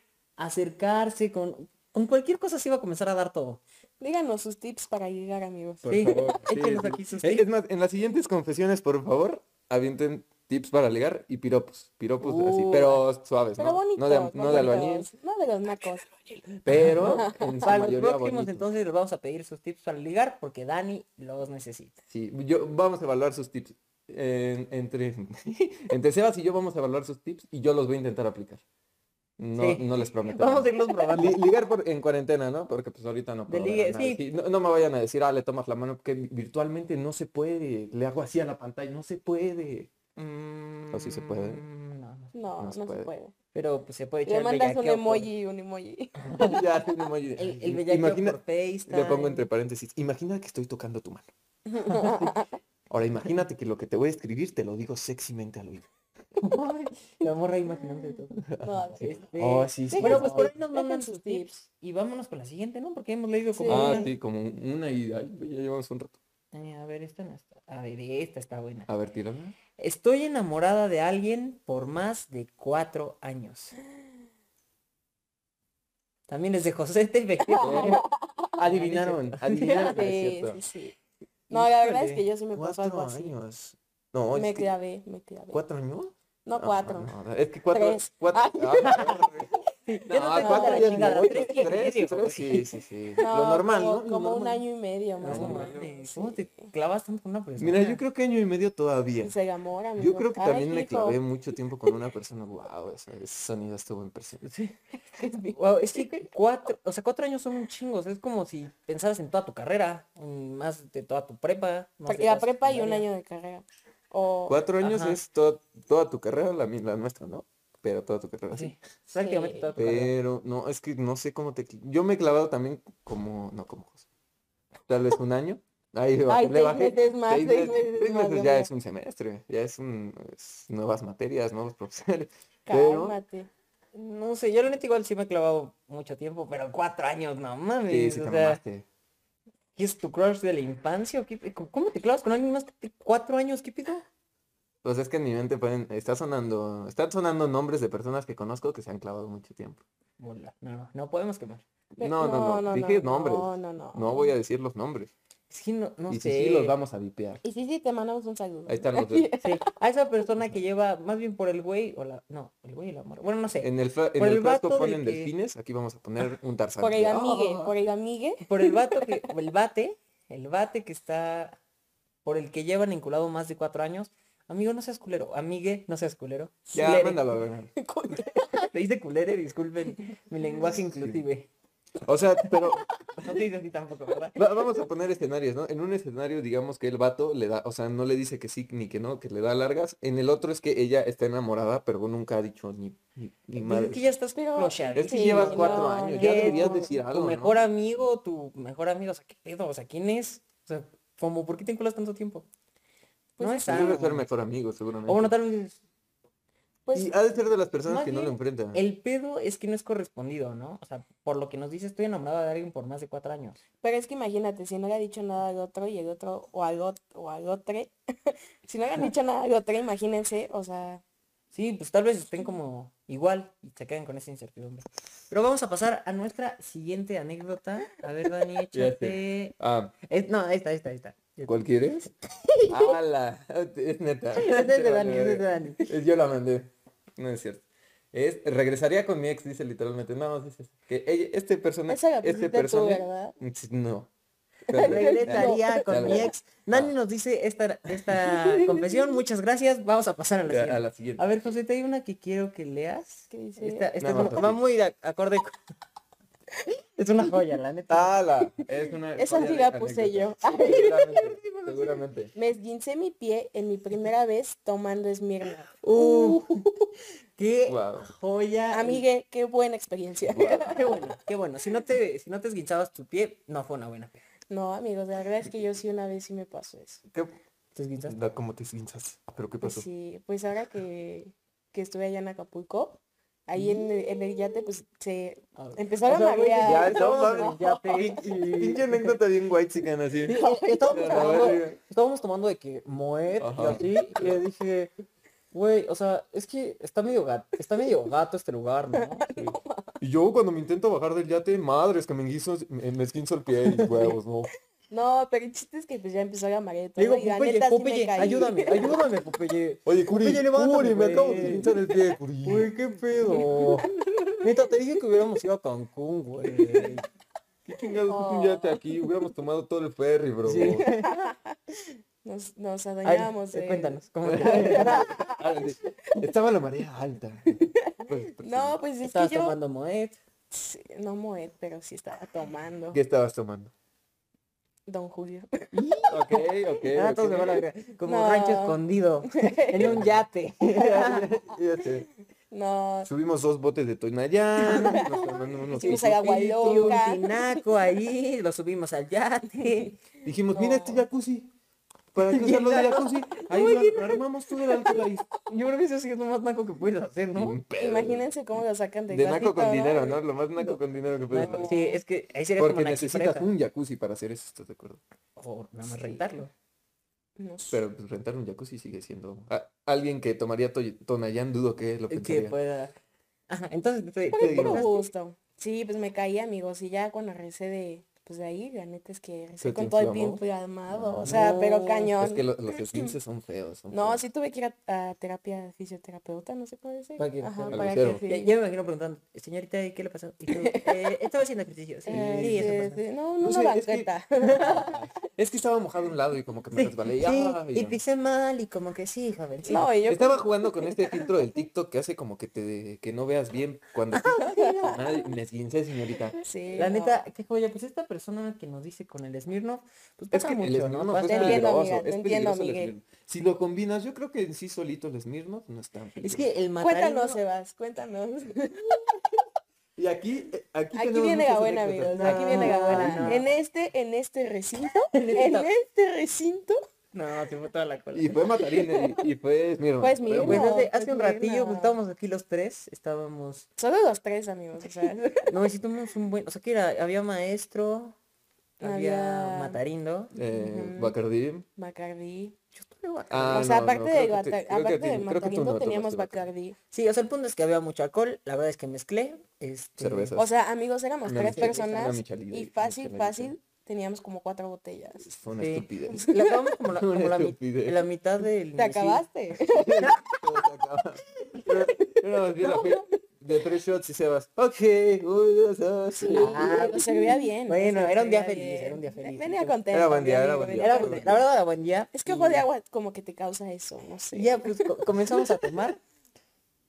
S2: acercarse, con, con cualquier cosa se iba a comenzar a dar todo.
S1: Díganos sus tips para llegar, amigos.
S3: Por
S2: Sí,
S3: favor. sí,
S2: échenos
S3: sí.
S2: aquí sus
S3: Eh,
S2: tips.
S3: Es más, en las siguientes confesiones, por favor, avienten tips para ligar y piropos. Piropos así,
S2: Uh.
S3: pero suaves,
S1: Pero
S3: Pues, ¿no?
S1: bonito.
S3: no de, no de albañil,
S1: No de los nacos.
S3: pero en su
S2: Para los
S3: mayoría
S2: próximos
S3: bonito.
S2: entonces les vamos a pedir sus tips para ligar porque Dani los necesita.
S3: Sí, yo, vamos a evaluar sus tips. En- entre, entre Sebas y yo vamos a evaluar sus tips y yo los voy a intentar aplicar. No,
S2: Sí.
S3: no les prometo.
S2: Vamos a
S3: nada.
S2: irlos probando.
S3: Li- ligar por- en cuarentena, ¿no? Porque pues ahorita no
S2: De
S3: puedo.
S2: ligue,
S3: ver a nadie.
S2: sí.
S3: Sí, no, no me vayan a decir, ah, le tomas la mano, porque virtualmente no se puede. Le hago así a la pantalla, no se puede.
S2: Mm,
S3: ¿O sí se puede?
S2: no, no.
S1: No,
S3: No
S1: no
S3: se
S1: se puede.
S3: puede.
S2: Pero pues, se puede echar
S1: Le
S2: el
S1: mandas un
S2: bellaqueo por-
S1: emoji, un emoji.
S3: ya, tiene emoji de-
S2: El, el bellaqueo
S3: Imagina,
S2: por FaceTime.
S3: le pongo entre paréntesis, imagina que estoy tocando tu mano. Ahora imagínate que lo que te voy a escribir te lo digo sexymente al oído.
S2: Ay, La morra imaginante todo.
S1: No,
S2: Este,
S3: Oh, sí, sí.
S2: Bueno,
S1: Dejen
S2: pues
S1: sus
S2: por ahí
S1: tips,
S2: nos mandan
S1: dejen
S2: sus
S1: sus
S2: tips. Y vámonos con la siguiente, ¿no? Porque hemos leído como
S1: Sí.
S3: Ah,
S2: una.
S3: sí, como una y ay, ya llevamos un rato.
S2: Eh, a ver, esta no está. A ver, esta está buena.
S3: A ver, tírame.
S2: Estoy enamorada de alguien por más de cuatro años. También es de José Tepec.
S3: Adivinaron, adivinaron. es
S1: Sí,
S3: cierto.
S1: sí, sí. No, la verdad es que
S2: Híjole,
S1: yo sí me pasó algo
S3: Cuatro
S1: así.
S3: años. No, es
S1: Me
S3: que-
S1: clavé, me clavé.
S3: ¿cuatro años?
S1: No
S3: Ah,
S1: cuatro.
S3: no, es que cuatro.
S1: Tres.
S3: cuatro-
S1: Ah.
S3: Ah,
S2: Yo no tengo
S3: cuatro
S2: la
S3: días
S2: chingada,
S3: no,
S2: tres
S3: tres,
S2: días y medio,
S3: tres, sí,
S2: güey.
S3: sí, sí.
S1: No,
S3: Lo normal,
S1: como,
S3: ¿no? Lo
S1: Como un
S3: normal.
S1: año y medio más
S2: No
S1: o menos.
S2: mames, ¿cómo te clavas tanto con una persona?
S3: Mira, yo creo que año y medio todavía.
S1: Se enamora,
S3: Yo
S1: amigo.
S3: creo que
S1: Ay,
S3: también me
S1: hijo.
S3: clavé mucho tiempo con una persona. Wow, ese, ese sonido estuvo impresionante.
S2: Guau, es que cuatro, o sea, cuatro años son un chingo, o sea, es como si pensaras en toda tu carrera, en más de toda tu prepa. más de toda
S1: La
S2: tu
S1: prepa y un
S2: secundaria.
S1: año de carrera. O
S3: Cuatro años
S2: Ajá.
S3: es to- toda tu carrera, la, mi- la nuestra, ¿no? Pero toda tu carrera.
S2: Sí, prácticamente toda tu carrera.
S3: Pero no, es que no sé cómo te... cl- Yo me he clavado también como... No, como José. Tal vez un año. Ahí le
S1: Ay,
S3: bajé. le
S1: seis
S3: bajé.
S1: meses más,
S3: Seis
S1: seis
S3: meses-
S1: meses
S3: seis
S1: más,
S3: meses
S1: Dios
S3: ya
S1: mío.
S3: es un semestre. Ya es, un, es nuevas materias, nuevos profesores. pero-
S1: cálmate.
S2: No sé, yo la neta igual sí me he clavado mucho tiempo, pero cuatro años, no mames.
S3: Sí, sí, te
S2: o sea,
S3: mamaste.
S2: ¿qué es tu crush de la infancia? o qué pe- ¿Cómo te clavas con alguien más que te- cuatro años? ¿Qué pido?
S3: Pues es que en mi mente pueden... Está sonando... Están sonando nombres de personas que conozco que se han clavado mucho tiempo.
S2: Bola, no, no podemos quemar.
S1: Pe-
S3: No, no, no. Dije nombres.
S1: No, no, no.
S3: No voy a decir los nombres.
S2: Es que no, no
S3: y si
S2: sé.
S3: sí, los vamos a vipear.
S1: Y sí, sí, te mandamos un saludo.
S3: Ahí están los
S1: Aquí-
S3: de-
S2: Sí, a esa persona que lleva más bien por el güey o la... No, el güey y la morra. Bueno, no sé.
S3: En el, fra- en
S2: Por
S3: el
S2: el vato
S3: frasco
S2: del
S3: ponen
S2: que-
S3: delfines, aquí vamos a poner un tarzán.
S1: Por el
S3: Ah,
S1: amigue, por el amigue.
S2: Por el vato que... o El bate. El bate que está... Por el que llevan vinculado más de cuatro años. Amigo, no seas culero. Amigue, no seas culero.
S3: Ya,
S2: Culere.
S3: mándalo a ver.
S2: Le dice culere, disculpen mi lenguaje inclusive.
S3: O sea, pero
S2: No te dice así tampoco, ¿verdad?
S3: va- vamos a poner escenarios, ¿no? En un escenario, digamos que el vato le da, o sea, no le dice que sí ni que no, que le da largas. En el otro es que ella está enamorada, pero nunca ha dicho ni, ni, ni
S2: Pues
S3: madre.
S2: es que ya estás eh,
S1: Pero-
S2: clochadito.
S3: Es que
S1: Sí,
S3: llevas
S1: no,
S3: cuatro
S1: no,
S3: años,
S1: no.
S3: ya
S2: ¿Qué?
S3: deberías
S2: Tu-
S3: decir algo,
S2: Tu
S3: ¿no?
S2: mejor amigo, tu mejor amigo, o sea, ¿qué pedo? O sea, ¿quién es? O sea, como, ¿por qué te vinculas tanto tiempo?
S1: Pues
S2: no
S1: es
S2: es
S3: Pues
S2: sano.
S3: Debe ser mejor amigo, seguramente.
S2: O bueno, tal vez
S1: Pues
S3: y ha de ser de las personas
S2: más
S3: que no lo
S2: bien,
S3: enfrentan.
S2: el pedo es que no es correspondido, ¿no? O sea, por lo que nos dice, estoy enamorada de alguien por más de cuatro años.
S1: Pero es que imagínate, si no le ha dicho nada al otro y el otro, o al otro, o al otro, si no le han dicho nada al otro, imagínense, o sea,
S2: Sí, pues tal vez estén como igual y se queden con esa incertidumbre. Pero vamos a pasar a nuestra siguiente anécdota. A ver, Dani,
S3: sé.
S2: échate.
S3: Ah,
S2: Es- no, ahí está, ahí está, ahí está.
S3: ¿cuál quieres? ¡Hala! Es neta.
S2: Es
S3: Te
S2: de
S3: vale
S2: Dani, es de
S3: verga.
S2: Dani.
S3: Es- Yo la mandé. No es cierto. Es, regresaría con mi ex, dice literalmente. Nada más dices. Que ella- este personaje.
S1: esa la
S3: este
S1: pusiste tú, ¿verdad?
S3: Sí, No.
S2: Regresaría con mi
S3: Dale.
S2: ex. Dani nos dice esta, esta confesión. Muchas gracias. Vamos a pasar a la
S3: Ya, A
S2: siguiente.
S3: la siguiente.
S2: A ver, José, te hay una que quiero que leas.
S1: ¿Qué dice?
S2: Esta, esta
S3: Nada
S2: es
S3: más
S2: una- va
S3: así.
S2: muy de acorde. con- Es una joya, la neta.
S3: ¡Hala! Es una
S1: Esa
S3: joya
S1: sí
S3: de
S1: la puse
S3: anécdota.
S1: yo.
S3: Sí, Seguramente. seguramente.
S1: Me esguincé mi pie en mi primera vez tomando esmirna.
S2: Uh, qué
S3: Guau.
S2: joya.
S1: Amigue, qué buena experiencia.
S2: Qué bueno, qué bueno. Si no te, si no te esguinchabas tu pie, no fue una buena pie.
S1: No, amigos, la verdad es que yo sí una vez sí me pasó eso.
S3: ¿Qué?
S2: ¿Te esguinchaste?
S3: No, ¿Cómo te cinzas? ¿Pero qué
S1: Pues
S3: pasó?
S1: sí, pues ahora que, que estuve allá en Acapulco, ahí en el, en el yate, pues se
S2: A ver.
S1: empezó
S2: O
S1: a
S2: sea, güey,
S3: Ya,
S1: marear.
S3: no
S2: estábamos en el
S3: mames.
S2: yate y-
S3: Pinche anécdota bien white chican así.
S2: Sí, eh, estábamos,
S3: la
S2: tomando,
S3: verga.
S2: estábamos tomando de que Moet
S3: Ajá.
S2: y así, y le dije, güey, o sea, es que está medio gato, está medio gato este lugar, ¿no?
S3: Y yo cuando me intento bajar del yate, madres que me, guiso, me, me esquinzo el pie y huevos, no.
S1: No, pero el chiste es que pues ya empezó a marear todo.
S2: Le digo,
S1: y la
S2: Popeye,
S1: neta sí me
S2: Popeye,
S1: caí.
S2: ayúdame, ayúdame, Popeye.
S3: Oye, Curi,
S2: Oye, levántame,
S3: Curi, me
S2: güey.
S3: acabo de pinchar el pie, Curi.
S2: Güey, qué pedo. Neta, te dije que hubiéramos ido a Cancún, güey.
S3: ¿Qué chingados es un
S1: Oh.
S3: yate aquí? Hubiéramos tomado todo el ferry, bro.
S2: Sí.
S1: Nos, nos
S2: Ay,
S1: adueñamos.
S2: eh,
S1: de-
S2: Cuéntanos, ¿cómo
S3: Ah, sí. Estaba la marea alta. Pues, pues,
S1: No, pues es
S2: estabas
S1: que yo...
S2: tomando Moet?
S1: Sí, No Moet, pero sí estaba tomando.
S3: ¿Qué estabas tomando?
S1: Don Julio.
S3: Ok, ok.
S2: Ah, todos
S3: ok.
S2: se van a ver, Como
S1: No.
S2: rancho escondido, en un yate.
S3: Ya sé.
S1: No,
S3: Subimos dos botes de Toynayán. Nos tomamos unos
S1: Hicimos agua
S3: pipí.
S1: loca.
S2: Y un tinaco ahí, lo subimos al yate.
S3: Dijimos,
S1: No.
S3: mira este jacuzzi. Para que usarlo de jacuzzi. Ahí lo armamos todo el alcohol ahí.
S2: Yo creo que eso sí es lo más naco que puedes hacer, ¿no?
S3: Un pedo.
S1: imagínense cómo lo sacan de
S3: De naco con
S1: gatito,
S3: dinero, ¿no? Lo más naco con dinero que puedes
S1: Pues,
S3: hacer.
S2: Sí, es que ahí sería
S3: Porque
S2: como
S3: necesitas
S2: naquifreja.
S3: un jacuzzi para hacer eso, ¿estás de acuerdo?
S2: O nada más rentarlo.
S1: No sé.
S3: Pero pues, rentar un jacuzzi sigue siendo... a- alguien que tomaría to Tonayán, dudo que lo
S2: Que pues,
S3: pensaría.
S2: pueda. Ajá, entonces te,
S3: Por
S2: te
S3: el
S1: Puro
S2: guindaste.
S1: gusto. Sí, pues me caí, amigos, y ya cuando regresé de, pues, pues de ahí la neta es que
S3: ¿Se
S1: estoy
S3: te
S1: con todo el pie
S3: inflamó?
S1: inflamado, o sea, pero
S3: No,
S1: cañón.
S3: Es que lo- los esguinces son feos. son
S1: No,
S3: feos.
S1: sí tuve que ir a, a terapia fisioterapeuta, no sé cómo decir.
S2: Para que-
S1: Ajá,
S2: para
S1: para
S3: ligero.
S1: que Eh, sí.
S2: Ya, ya me imagino preguntando, señorita, ¿y ¿qué le pasó? Y tú, "Eh, estaba haciendo ejercicio. Sí,
S1: Eh,
S2: sí,
S1: sí,
S2: eso pasa.
S1: sí, No, no,
S3: No
S1: una
S3: sé, es que-
S1: banqueta.
S3: Es que estaba mojado un lado y como que me
S2: Sí,
S3: resbalé. y,
S2: sí,
S3: ah, y
S2: y
S3: ya.
S2: pisé mal y como que sí, joven. sí.
S1: No, y yo
S3: Estaba jugando con este filtro del TikTok que hace como que te que no veas bien cuando pisas. Ay, me esguincé, señorita.
S1: sí,
S2: La
S1: no.
S2: neta, qué joya, pues esta persona que nos dice con el Smirnoff, pues
S3: Es
S2: pasa
S3: que el
S2: mucho, ¿no?
S3: Smirnoff
S2: Pasa-
S3: es
S1: Te entiendo,
S3: peligroso.
S1: amiga,
S3: es
S1: te entiendo,
S3: peligroso el
S1: Miguel.
S3: Smirnoff. Si lo combinas, yo creo que en sí solito el Smirnoff no es tan
S2: Es
S3: peligroso.
S2: que el matar
S1: Cuéntanos, Sebas, cuéntanos.
S3: Y aquí, eh, aquí,
S1: Aquí
S3: tenemos
S1: viene
S3: muchas
S1: Gabuena,
S3: anécdotas.
S1: amigos. Aquí viene
S2: No,
S1: Gabuena.
S2: no.
S1: En este, en este recinto,
S2: En
S1: en
S2: esta-
S1: este recinto,
S2: No, se fue toda la cola.
S3: Y fue Matarine y, y fue Smirnoff.
S1: Fue
S3: Fue
S1: Smirnoff.
S2: Pues
S3: bueno.
S2: hace,
S1: pues
S2: hace un
S1: mira.
S2: ratillo, pues, estábamos aquí los tres, estábamos...
S1: solo los tres amigos, o sea,
S2: No, y sí tomamos un buen... O sea, que era- había maestro, había,
S1: Había-
S2: matarindo.
S3: Eh,
S1: Ujú.
S3: Bacardí.
S1: Bacardí.
S2: Yo tomé Bacardi.
S3: Ah,
S1: o sea,
S3: no, no,
S1: aparte de
S3: creo que te-
S1: Bata-
S3: creo que
S1: aparte
S3: a ti-
S1: de
S3: creo que tú
S1: Matarindo
S3: no
S1: teníamos
S3: tomaste Bacardi.
S1: Bacardí.
S2: Sí, o sea, el punto es que había mucho alcohol, la verdad es que mezclé. Este...
S3: Cerveza.
S1: O sea, amigos, éramos
S3: Una
S1: tres
S3: Michelin, una
S1: personas
S3: Michelin,
S1: y
S3: una
S1: fácil,
S3: Michelin.
S1: fácil, teníamos como cuatro botellas.
S3: Fue una
S2: Sí.
S3: estupidez.
S2: La acabamos como la,
S3: Una
S2: como la mi-
S3: estupidez.
S2: la mitad del...
S1: ¿Te
S2: sí.
S1: acabaste?
S3: Pero- pero más bien la fe- De tres shots y Sebas. Ok, uy, o sea, sí.
S1: Ah, nos servía bien.
S2: Bueno,
S1: nos
S2: era un día
S1: servía
S2: feliz, era un día feliz.
S1: Venía contento.
S3: Era buen
S1: mi
S3: día, era
S1: amigo,
S3: buen
S1: venía
S3: día.
S2: Era, la
S1: contento.
S2: verdad era buen día.
S1: Es que
S2: y-
S1: ojo de agua como que te causa eso, no sé.
S2: Y ya pues co- comenzamos a tomar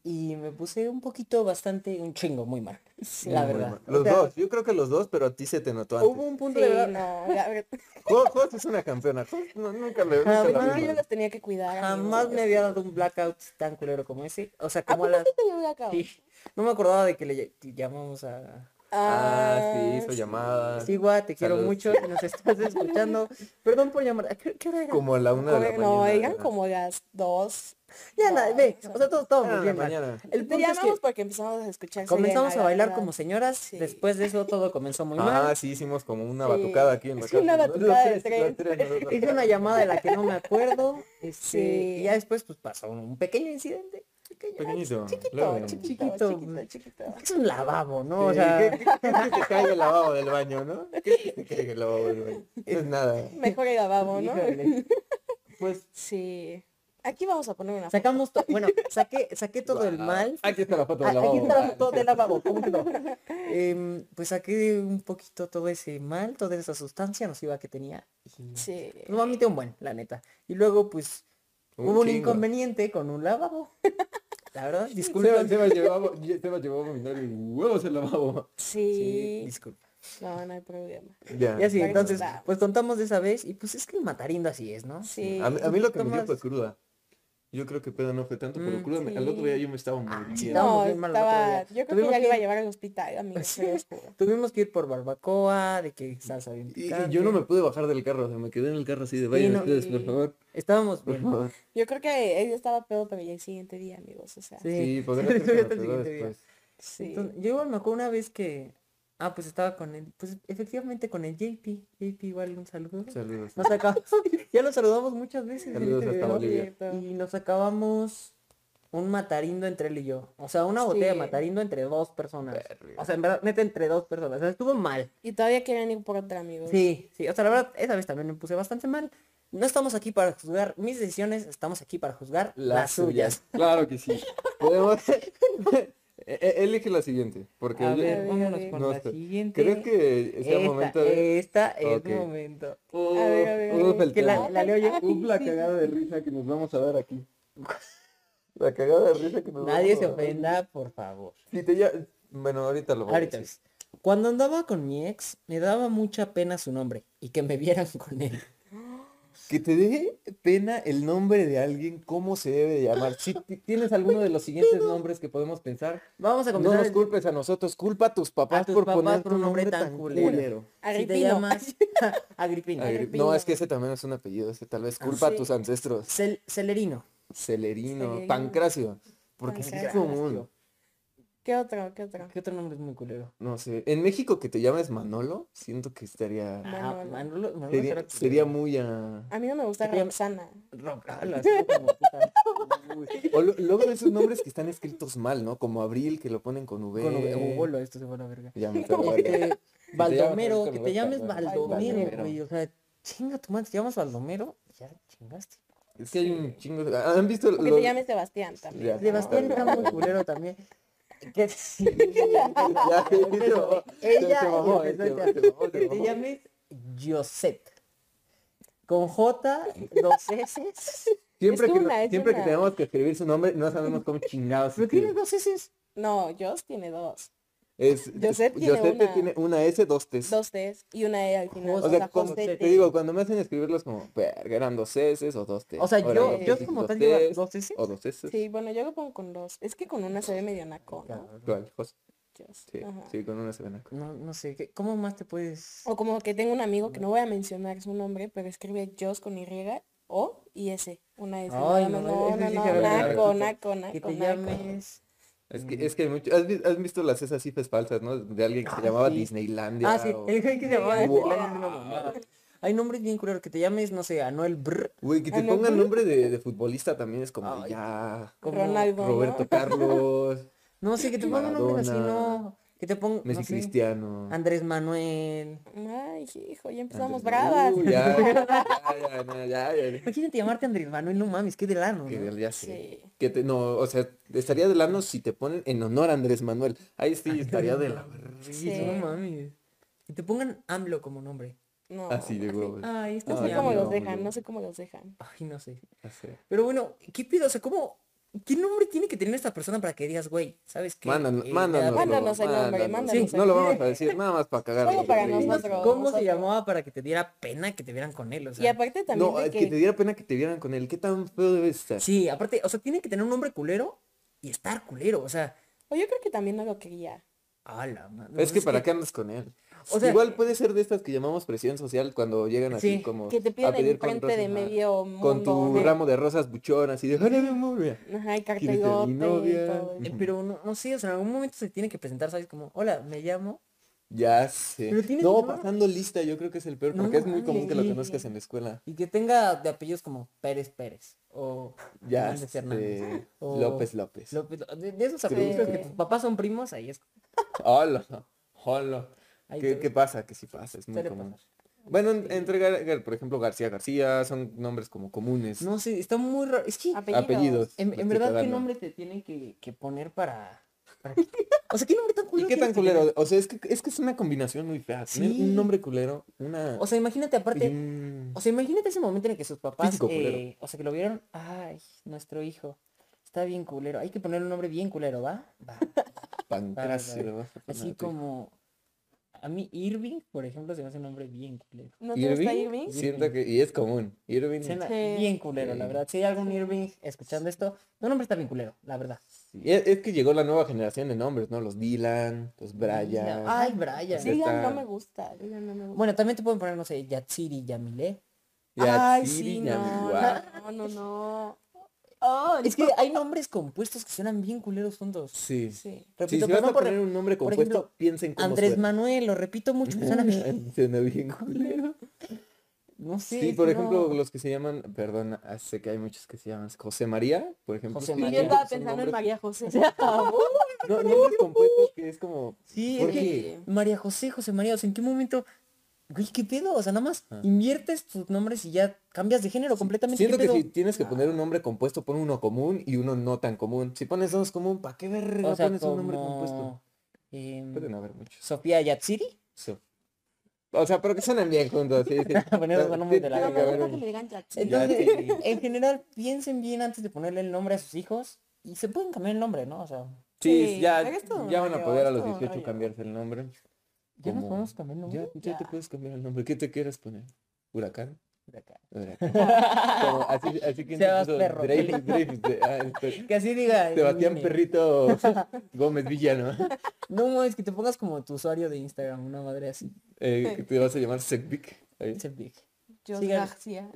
S2: y me puse un poquito bastante, un chingo muy mal, la
S3: Muy
S2: verdad.
S3: mal.
S2: O
S3: Los
S2: sea,
S3: dos, yo creo que los dos, pero a ti se te notó
S2: Hubo
S3: antes.
S2: un punto
S1: Sí,
S2: de verdad,
S1: no, la verdad-
S3: Jo- Jos es una campeona. Jos no- nunca le nunca la
S2: Jamás.
S1: Bueno,
S3: vi
S1: yo
S3: mal.
S1: los tenía que cuidar.
S2: jamás
S1: amigos.
S2: me había dado un blackout tan culero como ese. O sea,
S1: ¿A
S2: como a
S1: poco
S2: las...
S1: sí te dio blackout?
S2: sí, no me acordaba de que le ll- llamamos a...
S3: Ah, sí, hizo
S1: sí.
S3: llamadas.
S2: Sí, gua, te quiero
S3: Ah, Saludos.
S2: mucho y nos estás escuchando. Perdón por llamar. ¿A ¿Qué, qué hora era?
S3: Como a la una de la
S1: Oigan,
S3: mañana.
S1: No, eran
S3: ajá.
S1: como las dos.
S2: Ya, la, ve, o sea, todos
S3: Una
S2: estábamos
S3: de Ah, la
S2: bien mal.
S3: mañana.
S2: El
S1: Te
S2: punto es
S1: llamamos
S2: que
S1: porque empezamos a escuchar.
S2: comenzamos a
S1: Selena,
S2: bailar
S1: la
S2: como
S1: verdad.
S2: señoras.
S1: Sí.
S2: Después de eso todo comenzó muy mal.
S3: Ah, sí, hicimos como una
S1: Sí.
S3: batucada aquí en la
S1: Sí, una
S3: casa, ¿no? Los
S1: batucada de
S3: tres, los tres, los dos,
S2: Hice una llamada de la que no me acuerdo. Este,
S1: Sí.
S2: Y ya después pues pasó un, un pequeño incidente. Pequeño,
S3: Pequeñito.
S1: Chiquito,
S3: luego.
S1: chiquito,
S2: Chiquito.
S1: chiquito, chiquito.
S2: Es un lavabo, ¿no?
S3: Sí,
S2: o sea,
S3: ¿qué- qué- qué es que te caiga el lavabo del baño, ¿no? ¿Qué es que te caiga el lavabo del baño? No es nada.
S1: Mejor el lavabo, ¿no?
S2: híjole. Pues
S1: Sí. Aquí vamos a poner una foto.
S2: sacamos todo, bueno, saqué, saqué todo el
S3: Wow.
S2: mal.
S3: Aquí está la foto
S2: Ah,
S3: del lavabo.
S2: Aquí está la foto del lavabo, ¿cómo que no? Em, pues saqué un poquito todo ese mal, toda esa sustancia nociva que tenía. Y
S1: Sí.
S2: Lo vomité un buen, la neta. Y luego pues
S3: Un
S2: hubo un
S3: chingo.
S2: inconveniente con un lavabo. La verdad,
S3: Seba,
S2: disculpen.
S3: Seba llevaba, Seba llevaba mi novio y huevos el lavabo.
S2: Sí,
S1: Sí.
S2: disculpen.
S1: No, no hay problema.
S3: Ya.
S2: Y así,
S1: Para
S2: entonces,
S1: empezar.
S2: pues contamos de esa vez y pues es que el matarindo así es, ¿no?
S1: Sí.
S3: A mí, a mí lo que me dio
S2: Tomás.
S3: fue cruda. Yo creo que pedo no fue tanto, pero
S2: Mm, Ah,
S3: cruda me- al
S1: sí.
S3: otro día yo me estaba
S2: sí,
S3: muriendo.
S1: No,
S2: estábamos bien mal el otro
S1: estaba.
S2: día.
S1: Yo creo
S2: Tuvimos
S1: que ya le
S2: que-
S1: iba a llevar al hospital, amigo.
S2: Sí.
S1: te lo juro.
S2: Tuvimos que ir por barbacoa, de que salsa bien
S3: Y- Y,
S2: picante.
S3: yo no me pude bajar del carro, o sea, me quedé en el carro así de vayan
S2: no.
S3: ustedes, por favor,
S2: Estábamos
S3: por
S2: bien.
S3: favor.
S1: Yo creo que ella estaba pedo, pero ya el siguiente día, amigos. O sea, sí.
S3: Sí, pues,
S2: Sí,
S3: podría
S2: sí,
S3: ser que
S2: hasta
S3: me
S2: el
S3: pegó
S2: siguiente día.
S3: después.
S2: Entonces, yo igual me acuerdo una vez que... Ah, pues estaba con él, pues efectivamente con el JP. JP igual un saludo.
S3: Saludos.
S2: Nos acabamos, ya lo saludamos muchas veces. en
S3: Saludos
S2: este
S3: hasta
S2: video.
S3: Bolivia.
S2: Y nos acabamos un matarindo entre él y yo. O sea, una botella de
S1: Sí.
S2: matarindo entre dos personas. O sea, en verdad, neta, entre dos personas. O sea, estuvo mal.
S1: Y todavía quieren ir por otra, amigos.
S2: Sí, sí. O sea, la verdad, esa vez también me puse bastante mal. No estamos aquí para juzgar mis decisiones, estamos aquí para juzgar las, suyas.
S3: Claro que sí. Podemos... E- e- Elige la siguiente, porque
S2: A
S3: yo-
S2: ver,
S1: ver,
S2: vámonos
S1: a
S2: con
S3: ver.
S2: la
S3: No,
S2: siguiente.
S3: creo que es
S2: esta, eh,
S3: el momento de...
S2: esta es
S3: Ok.
S2: el momento.
S3: Uf,
S1: A ver, a ver, a ver.
S3: uf, el
S2: Que la,
S3: tema.
S2: la leo yo.
S3: Uf, la cagada de risa que nos vamos a dar aquí. La cagada de risa que nos
S2: Nadie
S3: vamos
S2: se
S3: a dar.
S2: ofenda, por favor.
S3: Si te ya- Bueno, ahorita lo voy
S2: Ahorita
S3: a decir.
S2: ves. Cuando andaba con mi ex, me daba mucha pena su nombre y que me vieran con él.
S3: Que te dé pena el nombre de alguien, cómo se debe de llamar. Si ti- tienes alguno de los siguientes nombres que podemos pensar,
S2: Vamos a
S3: no
S2: comenzar.
S3: nos
S2: el-
S3: culpes a nosotros, culpa a tus papás
S2: A tus
S3: por
S2: papás
S3: poner
S2: por
S3: tu
S2: un
S3: nombre tan culero.
S2: Si te
S1: Agripino.
S2: llamas Agripino.
S3: Agri-
S1: Agripino.
S3: No, es que ese también es un apellido, ese tal vez culpa
S1: sí.
S3: a tus ancestros.
S2: Cel- Celerino.
S3: Celerino,
S1: Celerino.
S3: Pancracio, porque sí es
S1: Pancracio.
S3: común.
S1: ¿Qué otro? ¿Qué otro?
S2: ¿Qué otro nombre es muy culero?
S3: No sé, en México que te llames Manolo, siento que estaría...
S2: Ah,
S1: Manolo.
S2: Manolo, Manolo será
S3: Sería,
S2: culero.
S3: sería muy a...
S1: A mí no me gusta
S2: ¿Qué te llamas?
S1: Roxana.
S2: Rocala, ah, así como puta. Uy,
S3: O lo- luego esos nombres que están escritos mal, ¿no? Como Abril, que lo ponen con V.
S2: Con Ube- Ubolo, esto se fue a la verga.
S3: Ya me acabo de-
S2: Este, Baldomero,
S4: Francisco
S2: que te
S4: Novoa
S2: llames
S4: Carvajal.
S2: Baldomero,
S3: Baldomero.
S2: güey. O sea, chinga tu madre, te llamas Baldomero, ya chingaste.
S3: Es que hay un chingo de... ¿Han visto
S1: O que
S3: los-
S1: te llames Sebastián también.
S3: Ya,
S2: Sebastián
S3: está
S2: está
S3: bien.
S2: muy culero también. Que sí,
S3: Ya, te- te-
S2: Pero
S3: te-
S2: ella
S3: te mamó, eh,
S2: empezó
S3: te-
S2: ya.
S3: te mamó, te
S2: que te
S3: mamó.
S2: llames Josette. Con J, dos S.
S3: Siempre,
S1: Es
S3: que,
S1: una,
S3: no-
S1: es
S3: siempre que
S1: una.
S3: tenemos que escribir su nombre, no sabemos cómo chingados
S2: ¿Pero tiene
S3: escribir.
S2: dos S?
S1: No, Joss tiene dos.
S3: Es,
S1: Josette tiene
S3: Josette
S1: una-
S3: tiene una S, dos T's.
S1: Dos T's y una E al final.
S2: Jos-
S3: O sea, como-
S1: Josete.
S3: te digo, cuando me hacen escribirlos como, verga, eran dos S o dos T.
S2: O sea, yo, yo como tal llevo dos S.
S3: O dos S.
S1: Sí, bueno, yo lo pongo con dos. Es que con una se ve medio naco, ¿no?
S3: Claro, Jos-
S1: Joss.
S3: Sí,
S1: Ajá.
S3: sí, con una se ven acá.
S2: No, no sé, ¿qué- ¿cómo más te puedes...?
S1: O como que tengo un amigo que no voy a mencionar su nombre, pero escribe Joss con Y, O y S. Una S.
S2: Ay,
S1: nada más.
S2: no,
S1: no,
S2: ese
S1: no,
S2: sí
S1: no,
S2: se ve
S1: naco,
S3: raro.
S1: naco,
S2: Que
S1: naco,
S2: te
S1: naco.
S2: llames...
S3: Es que, es que hay mucho. ¿Has, vi- has visto las esas cifras falsas, ¿no? De alguien que se
S2: Ah,
S3: llamaba
S2: sí.
S3: Disneylandia.
S2: Ah, sí,
S3: o-
S2: el güey que se llamaba
S1: Wow.
S2: Disneylandia es una mamada. Hay nombres bien culeros, que te llames, no sé, Anuel Brr.
S3: Güey, que te
S1: Ah, no,
S3: pongan
S1: ¿no?
S3: nombre de, de futbolista también es como
S2: Ay.
S3: ya.
S2: como
S1: Ronaldo,
S3: Roberto
S1: ¿no?
S3: Carlos,
S2: No sé, que te pongan nombres así,
S3: Maradona,
S2: no. Que te pongan,
S3: Messi
S2: no sé,
S3: Cristiano.
S2: Andrés Manuel.
S1: Ay, hijo, ya empezamos
S3: Andrés-
S1: bravas.
S3: Uh, ya, ya, ya, ya, ya, ya, ya.
S2: Imagínate llamarte Andrés Manuel, no mames, qué de lano,
S3: Que
S2: ¿no?
S3: del- ya sé.
S1: Sí.
S3: Que te, no, o sea, estaría de lano si te ponen en honor a Andrés Manuel. Ahí sí estaría de la
S2: Sí,
S1: Sí.
S2: no mames. Que te pongan AMLO como nombre.
S1: No.
S3: Así de huevos.
S2: Ay,
S1: No
S2: estás
S1: sé
S3: Pues, Ay,
S1: cómo
S3: no,
S1: los dejan,
S3: boludo.
S1: no sé cómo los dejan.
S2: Ay, no sé.
S3: Ya sé.
S2: Pero bueno, ¿qué pido? O sea, ¿cómo? ¿Qué nombre tiene que tener esta persona para que digas, güey, ¿sabes qué?
S3: Mándanos,
S2: Eh,
S3: mándanos,
S1: Mándanos el nombre, mándanos
S3: Sí,
S1: el
S3: no lo
S1: nombre.
S3: vamos a decir, nada más para cagar.
S1: Solo para
S2: dinos
S1: nosotros.
S2: ¿Cómo se
S1: nosotros.
S2: llamaba para que te diera pena que te vieran con él? O sea,
S1: Y aparte también
S3: No,
S1: de
S3: es
S1: que,
S3: que... te diera pena que te vieran con él. ¿Qué tan feo debe estar?
S2: Sí, aparte, o sea, tiene que tener un nombre culero y estar culero, o sea,
S1: o yo creo que también no lo quería.
S2: a la madre,
S3: Es que para qué andas con él.
S2: O sea-
S3: Igual puede ser de estas que llamamos presión social cuando llegan así
S2: Sí,
S3: como
S1: Que te
S3: a
S1: piden
S3: pedir con
S1: enfrente de
S3: rosas, ajá,
S1: medio
S3: con
S1: mundo.
S3: tu ramo de rosas buchonas y de "Ay, mi amor, mira".
S1: Ajá, y
S3: ¿Quieres ser mi
S1: cartelote y
S3: novia?
S1: todo.
S2: Eh, Pero no, no sé, o sea, en algún momento se tiene que presentar, ¿sabes? Como, hola, me llamo.
S3: Ya sé.
S2: Pero tiene
S3: No,
S2: que-
S3: pasando lista, yo creo que es el peor,
S2: No
S3: porque es muy común que lo
S2: mames.
S3: conozcas en la escuela.
S2: Y que tenga de apellidos como Pérez Pérez. O
S3: Ya
S2: Hernández Hernández.
S3: sé.
S2: O-
S3: López López.
S2: López- de, de esos apellidos que tus papás son primos, ahí es.
S3: Hola. Hola.
S2: Ahí
S3: ¿Qué,
S2: te-
S3: qué pasa? Que sí pasa, es muy
S2: Suele
S3: común.
S2: pasar.
S3: Bueno, en- entre, Gar- Gar- por ejemplo, García García son nombres como comunes.
S2: No sé, está muy raro. Es
S3: Ah,
S2: que,
S1: Apellidos.
S3: apellidos.
S2: en,
S3: los
S2: en
S3: que te
S2: verdad, ¿qué
S3: dan, ¿no?
S2: nombre te tienen que, que poner para. para que- O sea, ¿qué nombre tan
S3: ¿Y
S2: culero?
S3: qué tan
S2: tienes que
S3: culero?
S2: tener?
S3: O sea, es que es, que es una combinación muy fea. Tener
S2: Sí.
S3: un nombre culero, una...
S2: O sea, imagínate aparte.
S3: y un-
S2: O sea, imagínate ese momento en el que sus papás,
S3: Físico culero.
S2: eh, o sea, que lo vieron, ay, nuestro hijo, está bien culero, hay que ponerle un nombre bien culero, ¿va? Va.
S3: Pancracio,
S2: Para-
S3: le vas a poner
S2: Así
S3: a tu hijo.
S2: como, a mí Irving, por ejemplo, se me hace un nombre bien culero.
S1: ¿No te gusta Irving?
S3: Siento que... Y es común. Irving.
S2: Suena
S1: Sí.
S2: bien culero, la
S3: Sí.
S2: verdad. Si hay algún Irving escuchando esto, tu nombre está bien culero, la verdad.
S3: sí. e, Es, es que llegó la nueva generación de nombres, ¿no? Los Dylan, los Brian.
S2: Ay, Brian.
S3: Sí.
S1: Digan,
S3: está-
S1: no me gusta. Digan, no me gusta.
S2: Bueno, también te pueden poner, no sé, Yatsiri, Yamile.
S1: Ay,
S3: Yatsiri,
S1: sí, no,
S3: Yamiwa.
S1: no, no, no. Oh,
S2: Es que hay nombres compuestos que suenan bien culeros juntos.
S3: Sí. Sí,
S1: Sí.
S2: Repito,
S3: si
S2: pero
S3: vas
S2: no
S3: a
S2: por...
S3: poner un nombre
S2: por
S3: compuesto,
S2: ejemplo,
S3: piensen cómo
S2: Andrés
S3: suena.
S2: Manuel, lo repito mucho, que suena bien.
S3: Suena bien culero.
S2: No sé.
S3: Sí,
S2: es
S3: por
S2: que
S3: ejemplo,
S2: no.
S3: los que se llaman, perdón, ah, sé que hay muchos que se llaman José María, por ejemplo.
S2: José
S3: sí,
S1: Y yo
S2: María.
S3: son
S1: estaba pensando en
S3: nombres-
S1: María José.
S3: No, nombres compuestos que es como
S2: Sí,
S3: ¿Por
S2: es que
S1: qué?
S2: María José, José María, o sea, ¿en qué momento? Güey, ¿qué pedo? O sea, nada más
S3: Ah.
S2: inviertes tus nombres y ya cambias de género completamente.
S3: Siento
S2: ¿qué
S3: que
S2: pedo?
S3: si tienes que poner un nombre compuesto, pon uno común y uno no tan común. Si pones dos común, ¿para qué verga
S2: O sea,
S3: pones un nombre
S2: como,
S3: compuesto?
S2: em,
S3: Pueden haber muchos.
S2: Sofía Yatsiri.
S3: So- O sea, pero que suenan bien juntos. Sí, sí.
S2: Poner los
S3: Sí,
S2: nombres de la
S1: Pero
S3: tiene
S1: me
S3: que haber
S1: gusta que me
S3: un-
S1: digan Jackson.
S2: Entonces,
S3: Yatsiri.
S2: en general, piensen bien antes de ponerle el nombre a sus hijos y se pueden cambiar el nombre, ¿no? O sea,
S3: Sí,
S1: Sí,
S3: ya,
S1: pero es todo un
S3: ya van a
S1: rollo,
S3: poder a
S1: es
S3: los
S1: todo un
S3: 18
S1: rollo.
S3: cambiarse el nombre.
S2: ya nos
S3: Como-
S2: podemos cambiar el
S3: Ya,
S2: nombre.
S3: ya te
S1: Ya.
S3: puedes cambiar el nombre. ¿Qué te quieres poner? ¿Huracán?
S2: De acá.
S3: Huracán. Como así, así que
S2: Sebas
S3: incluso
S2: Perro.
S3: Dreyfus- Dreyfus de- ah, este,
S2: Que así diga.
S3: Sebastián
S2: Irving.
S3: Perrito Gómez Villano.
S2: No, es que te pongas como tu usuario de Instagram, una madre así.
S3: Eh, que te vas a llamar Sekvik. Ahí.
S2: Ese big.
S1: Yo,
S2: Sigan.
S1: García.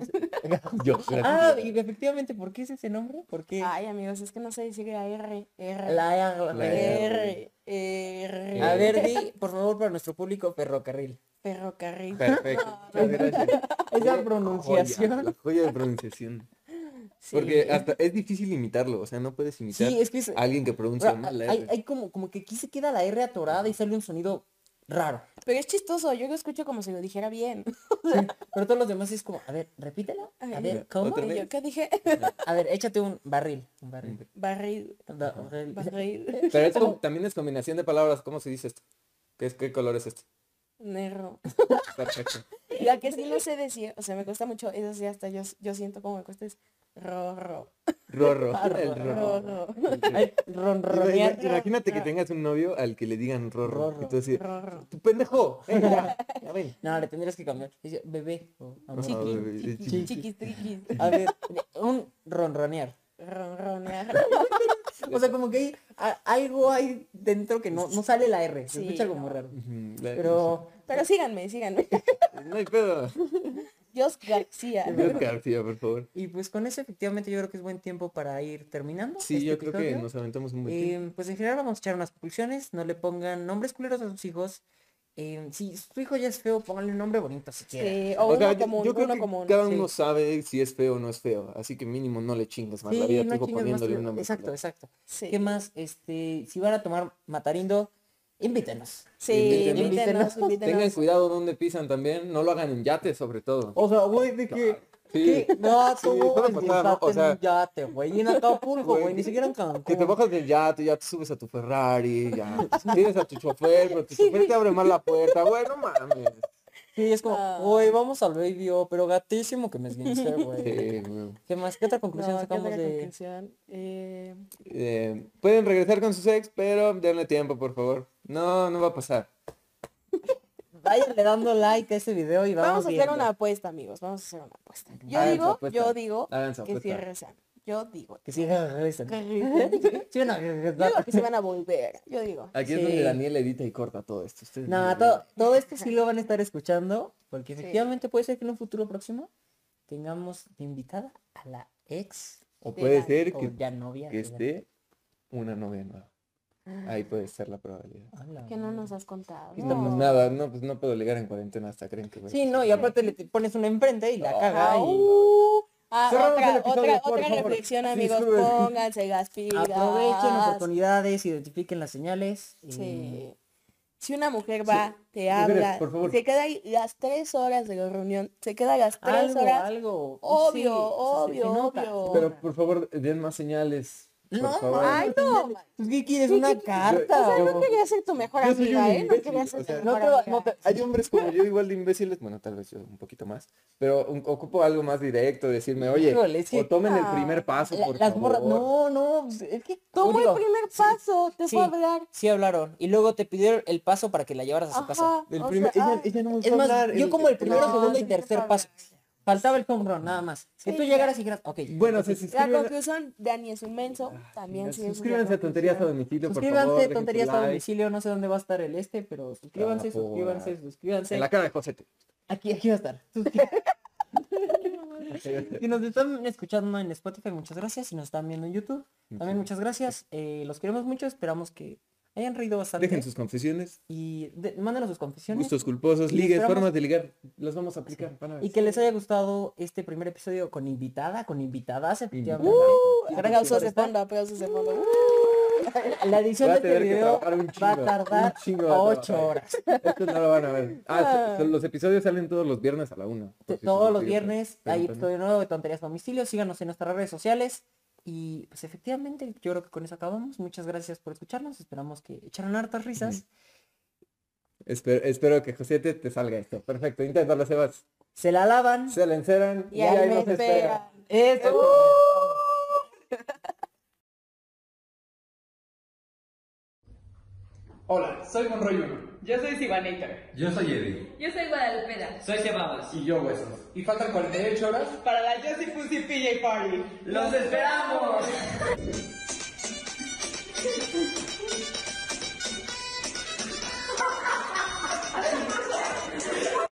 S3: Yo,
S2: Ah,
S3: gracias.
S2: y efectivamente, ¿por qué es ese nombre? Porque
S1: Ay, amigos, es que no sé decir la R. R.
S2: la R.
S3: La
S1: R. R.
S2: A ver,
S3: Eh.
S2: di, por favor, para nuestro público, ferrocarril.
S1: Ferrocarril.
S3: Perfecto. Muchas gracias.
S2: Esa
S3: Qué joya,
S2: pronunciación.
S3: la joya de pronunciación.
S1: Sí.
S3: Porque hasta es difícil imitarlo, o sea, no puedes imitar
S2: Sí, es que es-
S3: a alguien que pronuncia
S2: Ahora,
S3: mal ¿eh? la
S2: hay,
S3: R.
S2: hay como, como que aquí se queda la R atorada y sale un sonido raro.
S1: Pero es chistoso, yo lo escucho como si lo dijera bien.
S2: Pero todos los demás es como, a ver, repítelo. A
S1: Ay,
S2: ver,
S1: no.
S2: ¿cómo?
S3: Otra
S1: Y
S3: vez.
S1: yo qué dije,
S2: A ver, échate un barril. Un barril.
S1: barril,
S2: Da- barril.
S1: barril,
S3: Pero es com- también es combinación de palabras. ¿Cómo se dice esto? ¿Qué, es- qué color es este?
S1: negro.
S3: Perfecto.
S1: La que sí no sé decir, o sea, me cuesta mucho, eso sí, hasta yo, yo siento como me cuesta es rorro,
S3: Rorro.
S2: Barro.
S3: El rorro.
S1: rorro,
S3: El rorro.
S2: Ah, Ay,
S3: Ima-
S2: ronronear.
S3: ima- Imagínate que tengas un novio al que le digan rorro.
S2: Rorro.
S3: Y tú así,
S1: rorro.
S3: ¡tu pendejo! ven ya, ya ven".
S2: No, le tendrías que cambiar. Dice, bebé. o amor.
S3: Chiqui. bebé,
S1: Chiqui,
S3: chiqui.
S1: chiqui, chiquis, triquis,
S2: A ver, un ronronear.
S1: ronronear.
S2: O sea, como que hay a- algo hay dentro que no, no sale la R. Se
S1: Sí,
S2: escucha como
S1: no.
S2: raro.
S3: Ujú, la-
S2: Pero
S1: Pero síganme, síganme.
S3: No hay pedo.
S1: Dios García.
S3: Dios García, por favor.
S2: Y pues con eso efectivamente yo creo que es buen tiempo para ir terminando.
S3: Sí,
S2: este
S3: yo creo que
S2: episodio.
S3: nos aventamos un buen
S2: Eh,
S3: tiempo.
S2: pues en general vamos a echar unas pulsiones, no le pongan nombres culeros a sus hijos. Eh, si su hijo ya es feo, pónganle un nombre bonito si quiere.
S1: Sí, o
S3: O sea,
S1: uno
S3: yo-
S1: común,
S3: yo creo
S1: uno
S3: que
S1: común.
S3: Cada
S2: sí.
S3: uno sabe si es feo o no es feo. Así que mínimo no le chingues más la vida a tu
S2: no
S3: hijo
S2: chingues más
S3: poniéndole
S2: culo.
S3: un nombre.
S2: Exacto, exacto.
S1: Sí.
S2: ¿Qué más? Este, si van a tomar matarindo, invítenos.
S1: Sí,
S3: Invítenos.
S1: invítenos,
S3: Tengan
S1: invítenos.
S3: cuidado donde pisan también. No lo hagan en yate, sobre todo.
S2: O sea, güey, de que.
S3: Sí.
S2: que- No,
S3: Sí,
S2: tú
S3: puede
S2: el
S3: pasar, ¿no?
S2: yate
S3: O
S2: en
S3: sea-
S2: un yate, güey. En Acapulco,
S3: Güey,
S2: güey. Ni siquiera en Cancún.
S3: Que te bajas del yate, ya te subes a tu Ferrari, ya te subes a tu chofer, pero tu chofer te abre mal la puerta, güey, no mames.
S2: Sí, es como,
S1: Ah.
S2: güey, vamos al baby, oh, pero gatísimo que me esguince, güey.
S3: Sí, güey.
S2: ¿Qué más? ¿Qué otra
S1: No,
S2: conclusión
S1: ¿qué
S2: sacamos
S1: otra
S2: de...?
S1: conclusión? Eh,
S3: Eh, pueden regresar con sus ex, pero denle tiempo, por favor. No, no va a pasar.
S2: Váyanle dando like a este video y vamos,
S1: vamos a hacer
S2: viendo.
S1: una apuesta, amigos. Vamos a hacer una apuesta. Yo
S3: Hagan su
S1: digo,
S3: apuesta.
S1: yo digo
S3: Hagan su
S1: que sí
S3: apuesta.
S1: regresan. Yo digo.
S2: Que sí, regresan.
S1: que regresan.
S2: Sí, no,
S1: Yo digo que se van a volver. Yo digo.
S2: Sí.
S3: Aquí es donde Daniel edita y corta todo esto. Ustedes no
S2: No,
S3: lo
S2: todo, todo esto sí lo van a estar escuchando, porque
S1: Sí.
S2: efectivamente puede ser que en un futuro próximo tengamos de invitada a la ex
S3: O
S1: de
S3: puede
S1: la-
S3: ser
S2: o
S3: que,
S2: Oh, ya novia.
S3: que
S2: ya- Ah.
S3: esté una novia nueva. Ahí puede ser la probabilidad.
S2: A la
S1: Que no
S2: madre.
S1: nos has contado.
S3: Y no, pues
S1: No.
S3: nada, no, pues no puedo ligar en cuarentena hasta creen que voy a
S2: Sí,
S3: estar
S2: no, y
S3: bien.
S2: aparte le te pones una enfrente y la
S3: Ah,
S2: caga
S1: Ah,
S2: y...
S1: uh, ah,
S3: Cerramos el
S1: otra,
S3: episodio,
S1: otra,
S3: por
S1: otra
S3: favor.
S1: reflexión,
S3: Sí,
S1: amigos.
S3: sube.
S1: Pónganse las pilas.
S2: Aprovechen oportunidades, identifiquen las señales. eh, y-
S1: Sí.
S3: Mm.
S1: Si una mujer va, te
S3: Mujeres,
S1: habla,
S3: por favor.
S1: se queda ahí las tres horas de la reunión, se queda las tres
S2: Algo,
S1: horas.
S2: algo.
S1: Obvio,
S2: o sea, se- se
S1: obvio,
S2: nota.
S1: obvio.
S3: Pero por favor, den más señales. por
S2: No,
S3: favor.
S1: Ay, no.
S2: Pues, ¿Qué quieres?
S1: Sí,
S2: ¿Una
S1: sí, sí.
S2: carta?
S1: O sea,
S2: o-
S1: no quería ser tu mejor
S3: Yo soy
S1: amiga,
S3: un
S1: ¿eh? No
S3: imbécil,
S1: quería ser
S3: o sea,
S1: tu
S2: no
S1: mejor
S2: te va-
S1: amiga.
S2: no te-
S3: Hay hombres como yo igual de imbéciles, bueno, tal vez yo un poquito más, pero un- ocupo algo más directo, decirme, oye,
S2: Híjole, es que-
S3: o tomen el
S1: Ah,
S3: primer paso,
S2: La-
S3: por
S2: las
S3: favor.
S2: morras, no, no, es que
S1: Tomó
S2: digo,
S1: el primer paso, te
S2: sí.
S1: fue a hablar.
S2: sí hablaron y luego te pidieron el paso para que la llevaras a su
S1: Ajá,
S2: casa.
S3: El
S1: o
S3: primer-
S1: sea,
S3: ella,
S1: ah,
S3: ella no me
S2: Es
S3: fue a
S2: más,
S3: hablar,
S2: yo
S3: el-
S2: como el primero,
S1: no,
S2: segundo y
S1: sí te
S2: tercer
S1: fue
S2: paso.
S1: hablar.
S2: Faltaba el home run, nada más. Que
S1: Sí,
S2: tú
S1: ya.
S2: llegaras y dijeras, ok. pues,
S3: Bueno, se
S1: La
S3: suscriben.
S1: conclusión, Dani es un menso, también sí es una
S3: Suscríbanse a Tonterías a
S1: conclusión.
S3: Domicilio, por favor.
S2: Suscríbanse,
S3: dejen su
S2: tonterías a
S3: like.
S2: domicilio, no sé dónde va a estar el este, pero suscríbanse,
S3: Ah, por-
S2: suscríbanse, suscríbanse.
S3: En la cara de Josete.
S2: Aquí, aquí va a estar. Si nos están escuchando en Spotify, muchas gracias. Si nos están viendo en YouTube, también muchas gracias. Eh, los queremos mucho, esperamos que hayan reído bastante.
S3: Dejen sus confesiones,
S2: Y de- mándenos sus confesiones.
S3: gustos culposos,
S2: Y
S3: ligues,
S2: esperamos-
S3: formas de ligar. Las vamos a aplicar. van a ver.
S2: Y que les haya gustado este primer episodio con invitada, con invitadas, efectivamente.
S1: Uh,
S2: Gracias
S1: Aplausos
S2: por
S1: de
S2: estar.
S1: fondo, aplausos de fondo.
S2: La edición
S3: Voy a
S2: de este
S3: tener que
S2: video
S3: trabajar un
S2: va
S3: chingo,
S2: a tardar
S3: un chingo va a
S2: 8
S3: trabajar.
S2: horas.
S3: Estos no lo van a ver.
S1: Ah.
S3: Ah, so- los episodios salen todos los viernes a la una. por si se
S2: Todos
S3: nos
S2: los
S3: siguen
S2: viernes hay
S3: preguntando.
S2: episodio nuevo de Tonterías a Domicilio. Síganos en nuestras redes sociales. Y pues efectivamente, yo creo que con eso acabamos. Muchas gracias por escucharnos. Esperamos que echaron hartas risas.
S3: Espero, espero que José te, te salga esto. Perfecto, inténtalo, Sebas.
S2: Se la lavan.
S3: Se la enceran
S1: Y ahí me
S3: nos
S1: espera.
S2: Eso.
S4: Hola, soy Monroy Uno.
S5: Yo soy Sibanita.
S4: Yo soy Eddie.
S5: Yo soy Guadalupera.
S4: Soy Cebabas. Y yo Huesos. Y faltan 48 horas.
S5: Para la Josie Pussy PJ Party. ¡Los esperamos!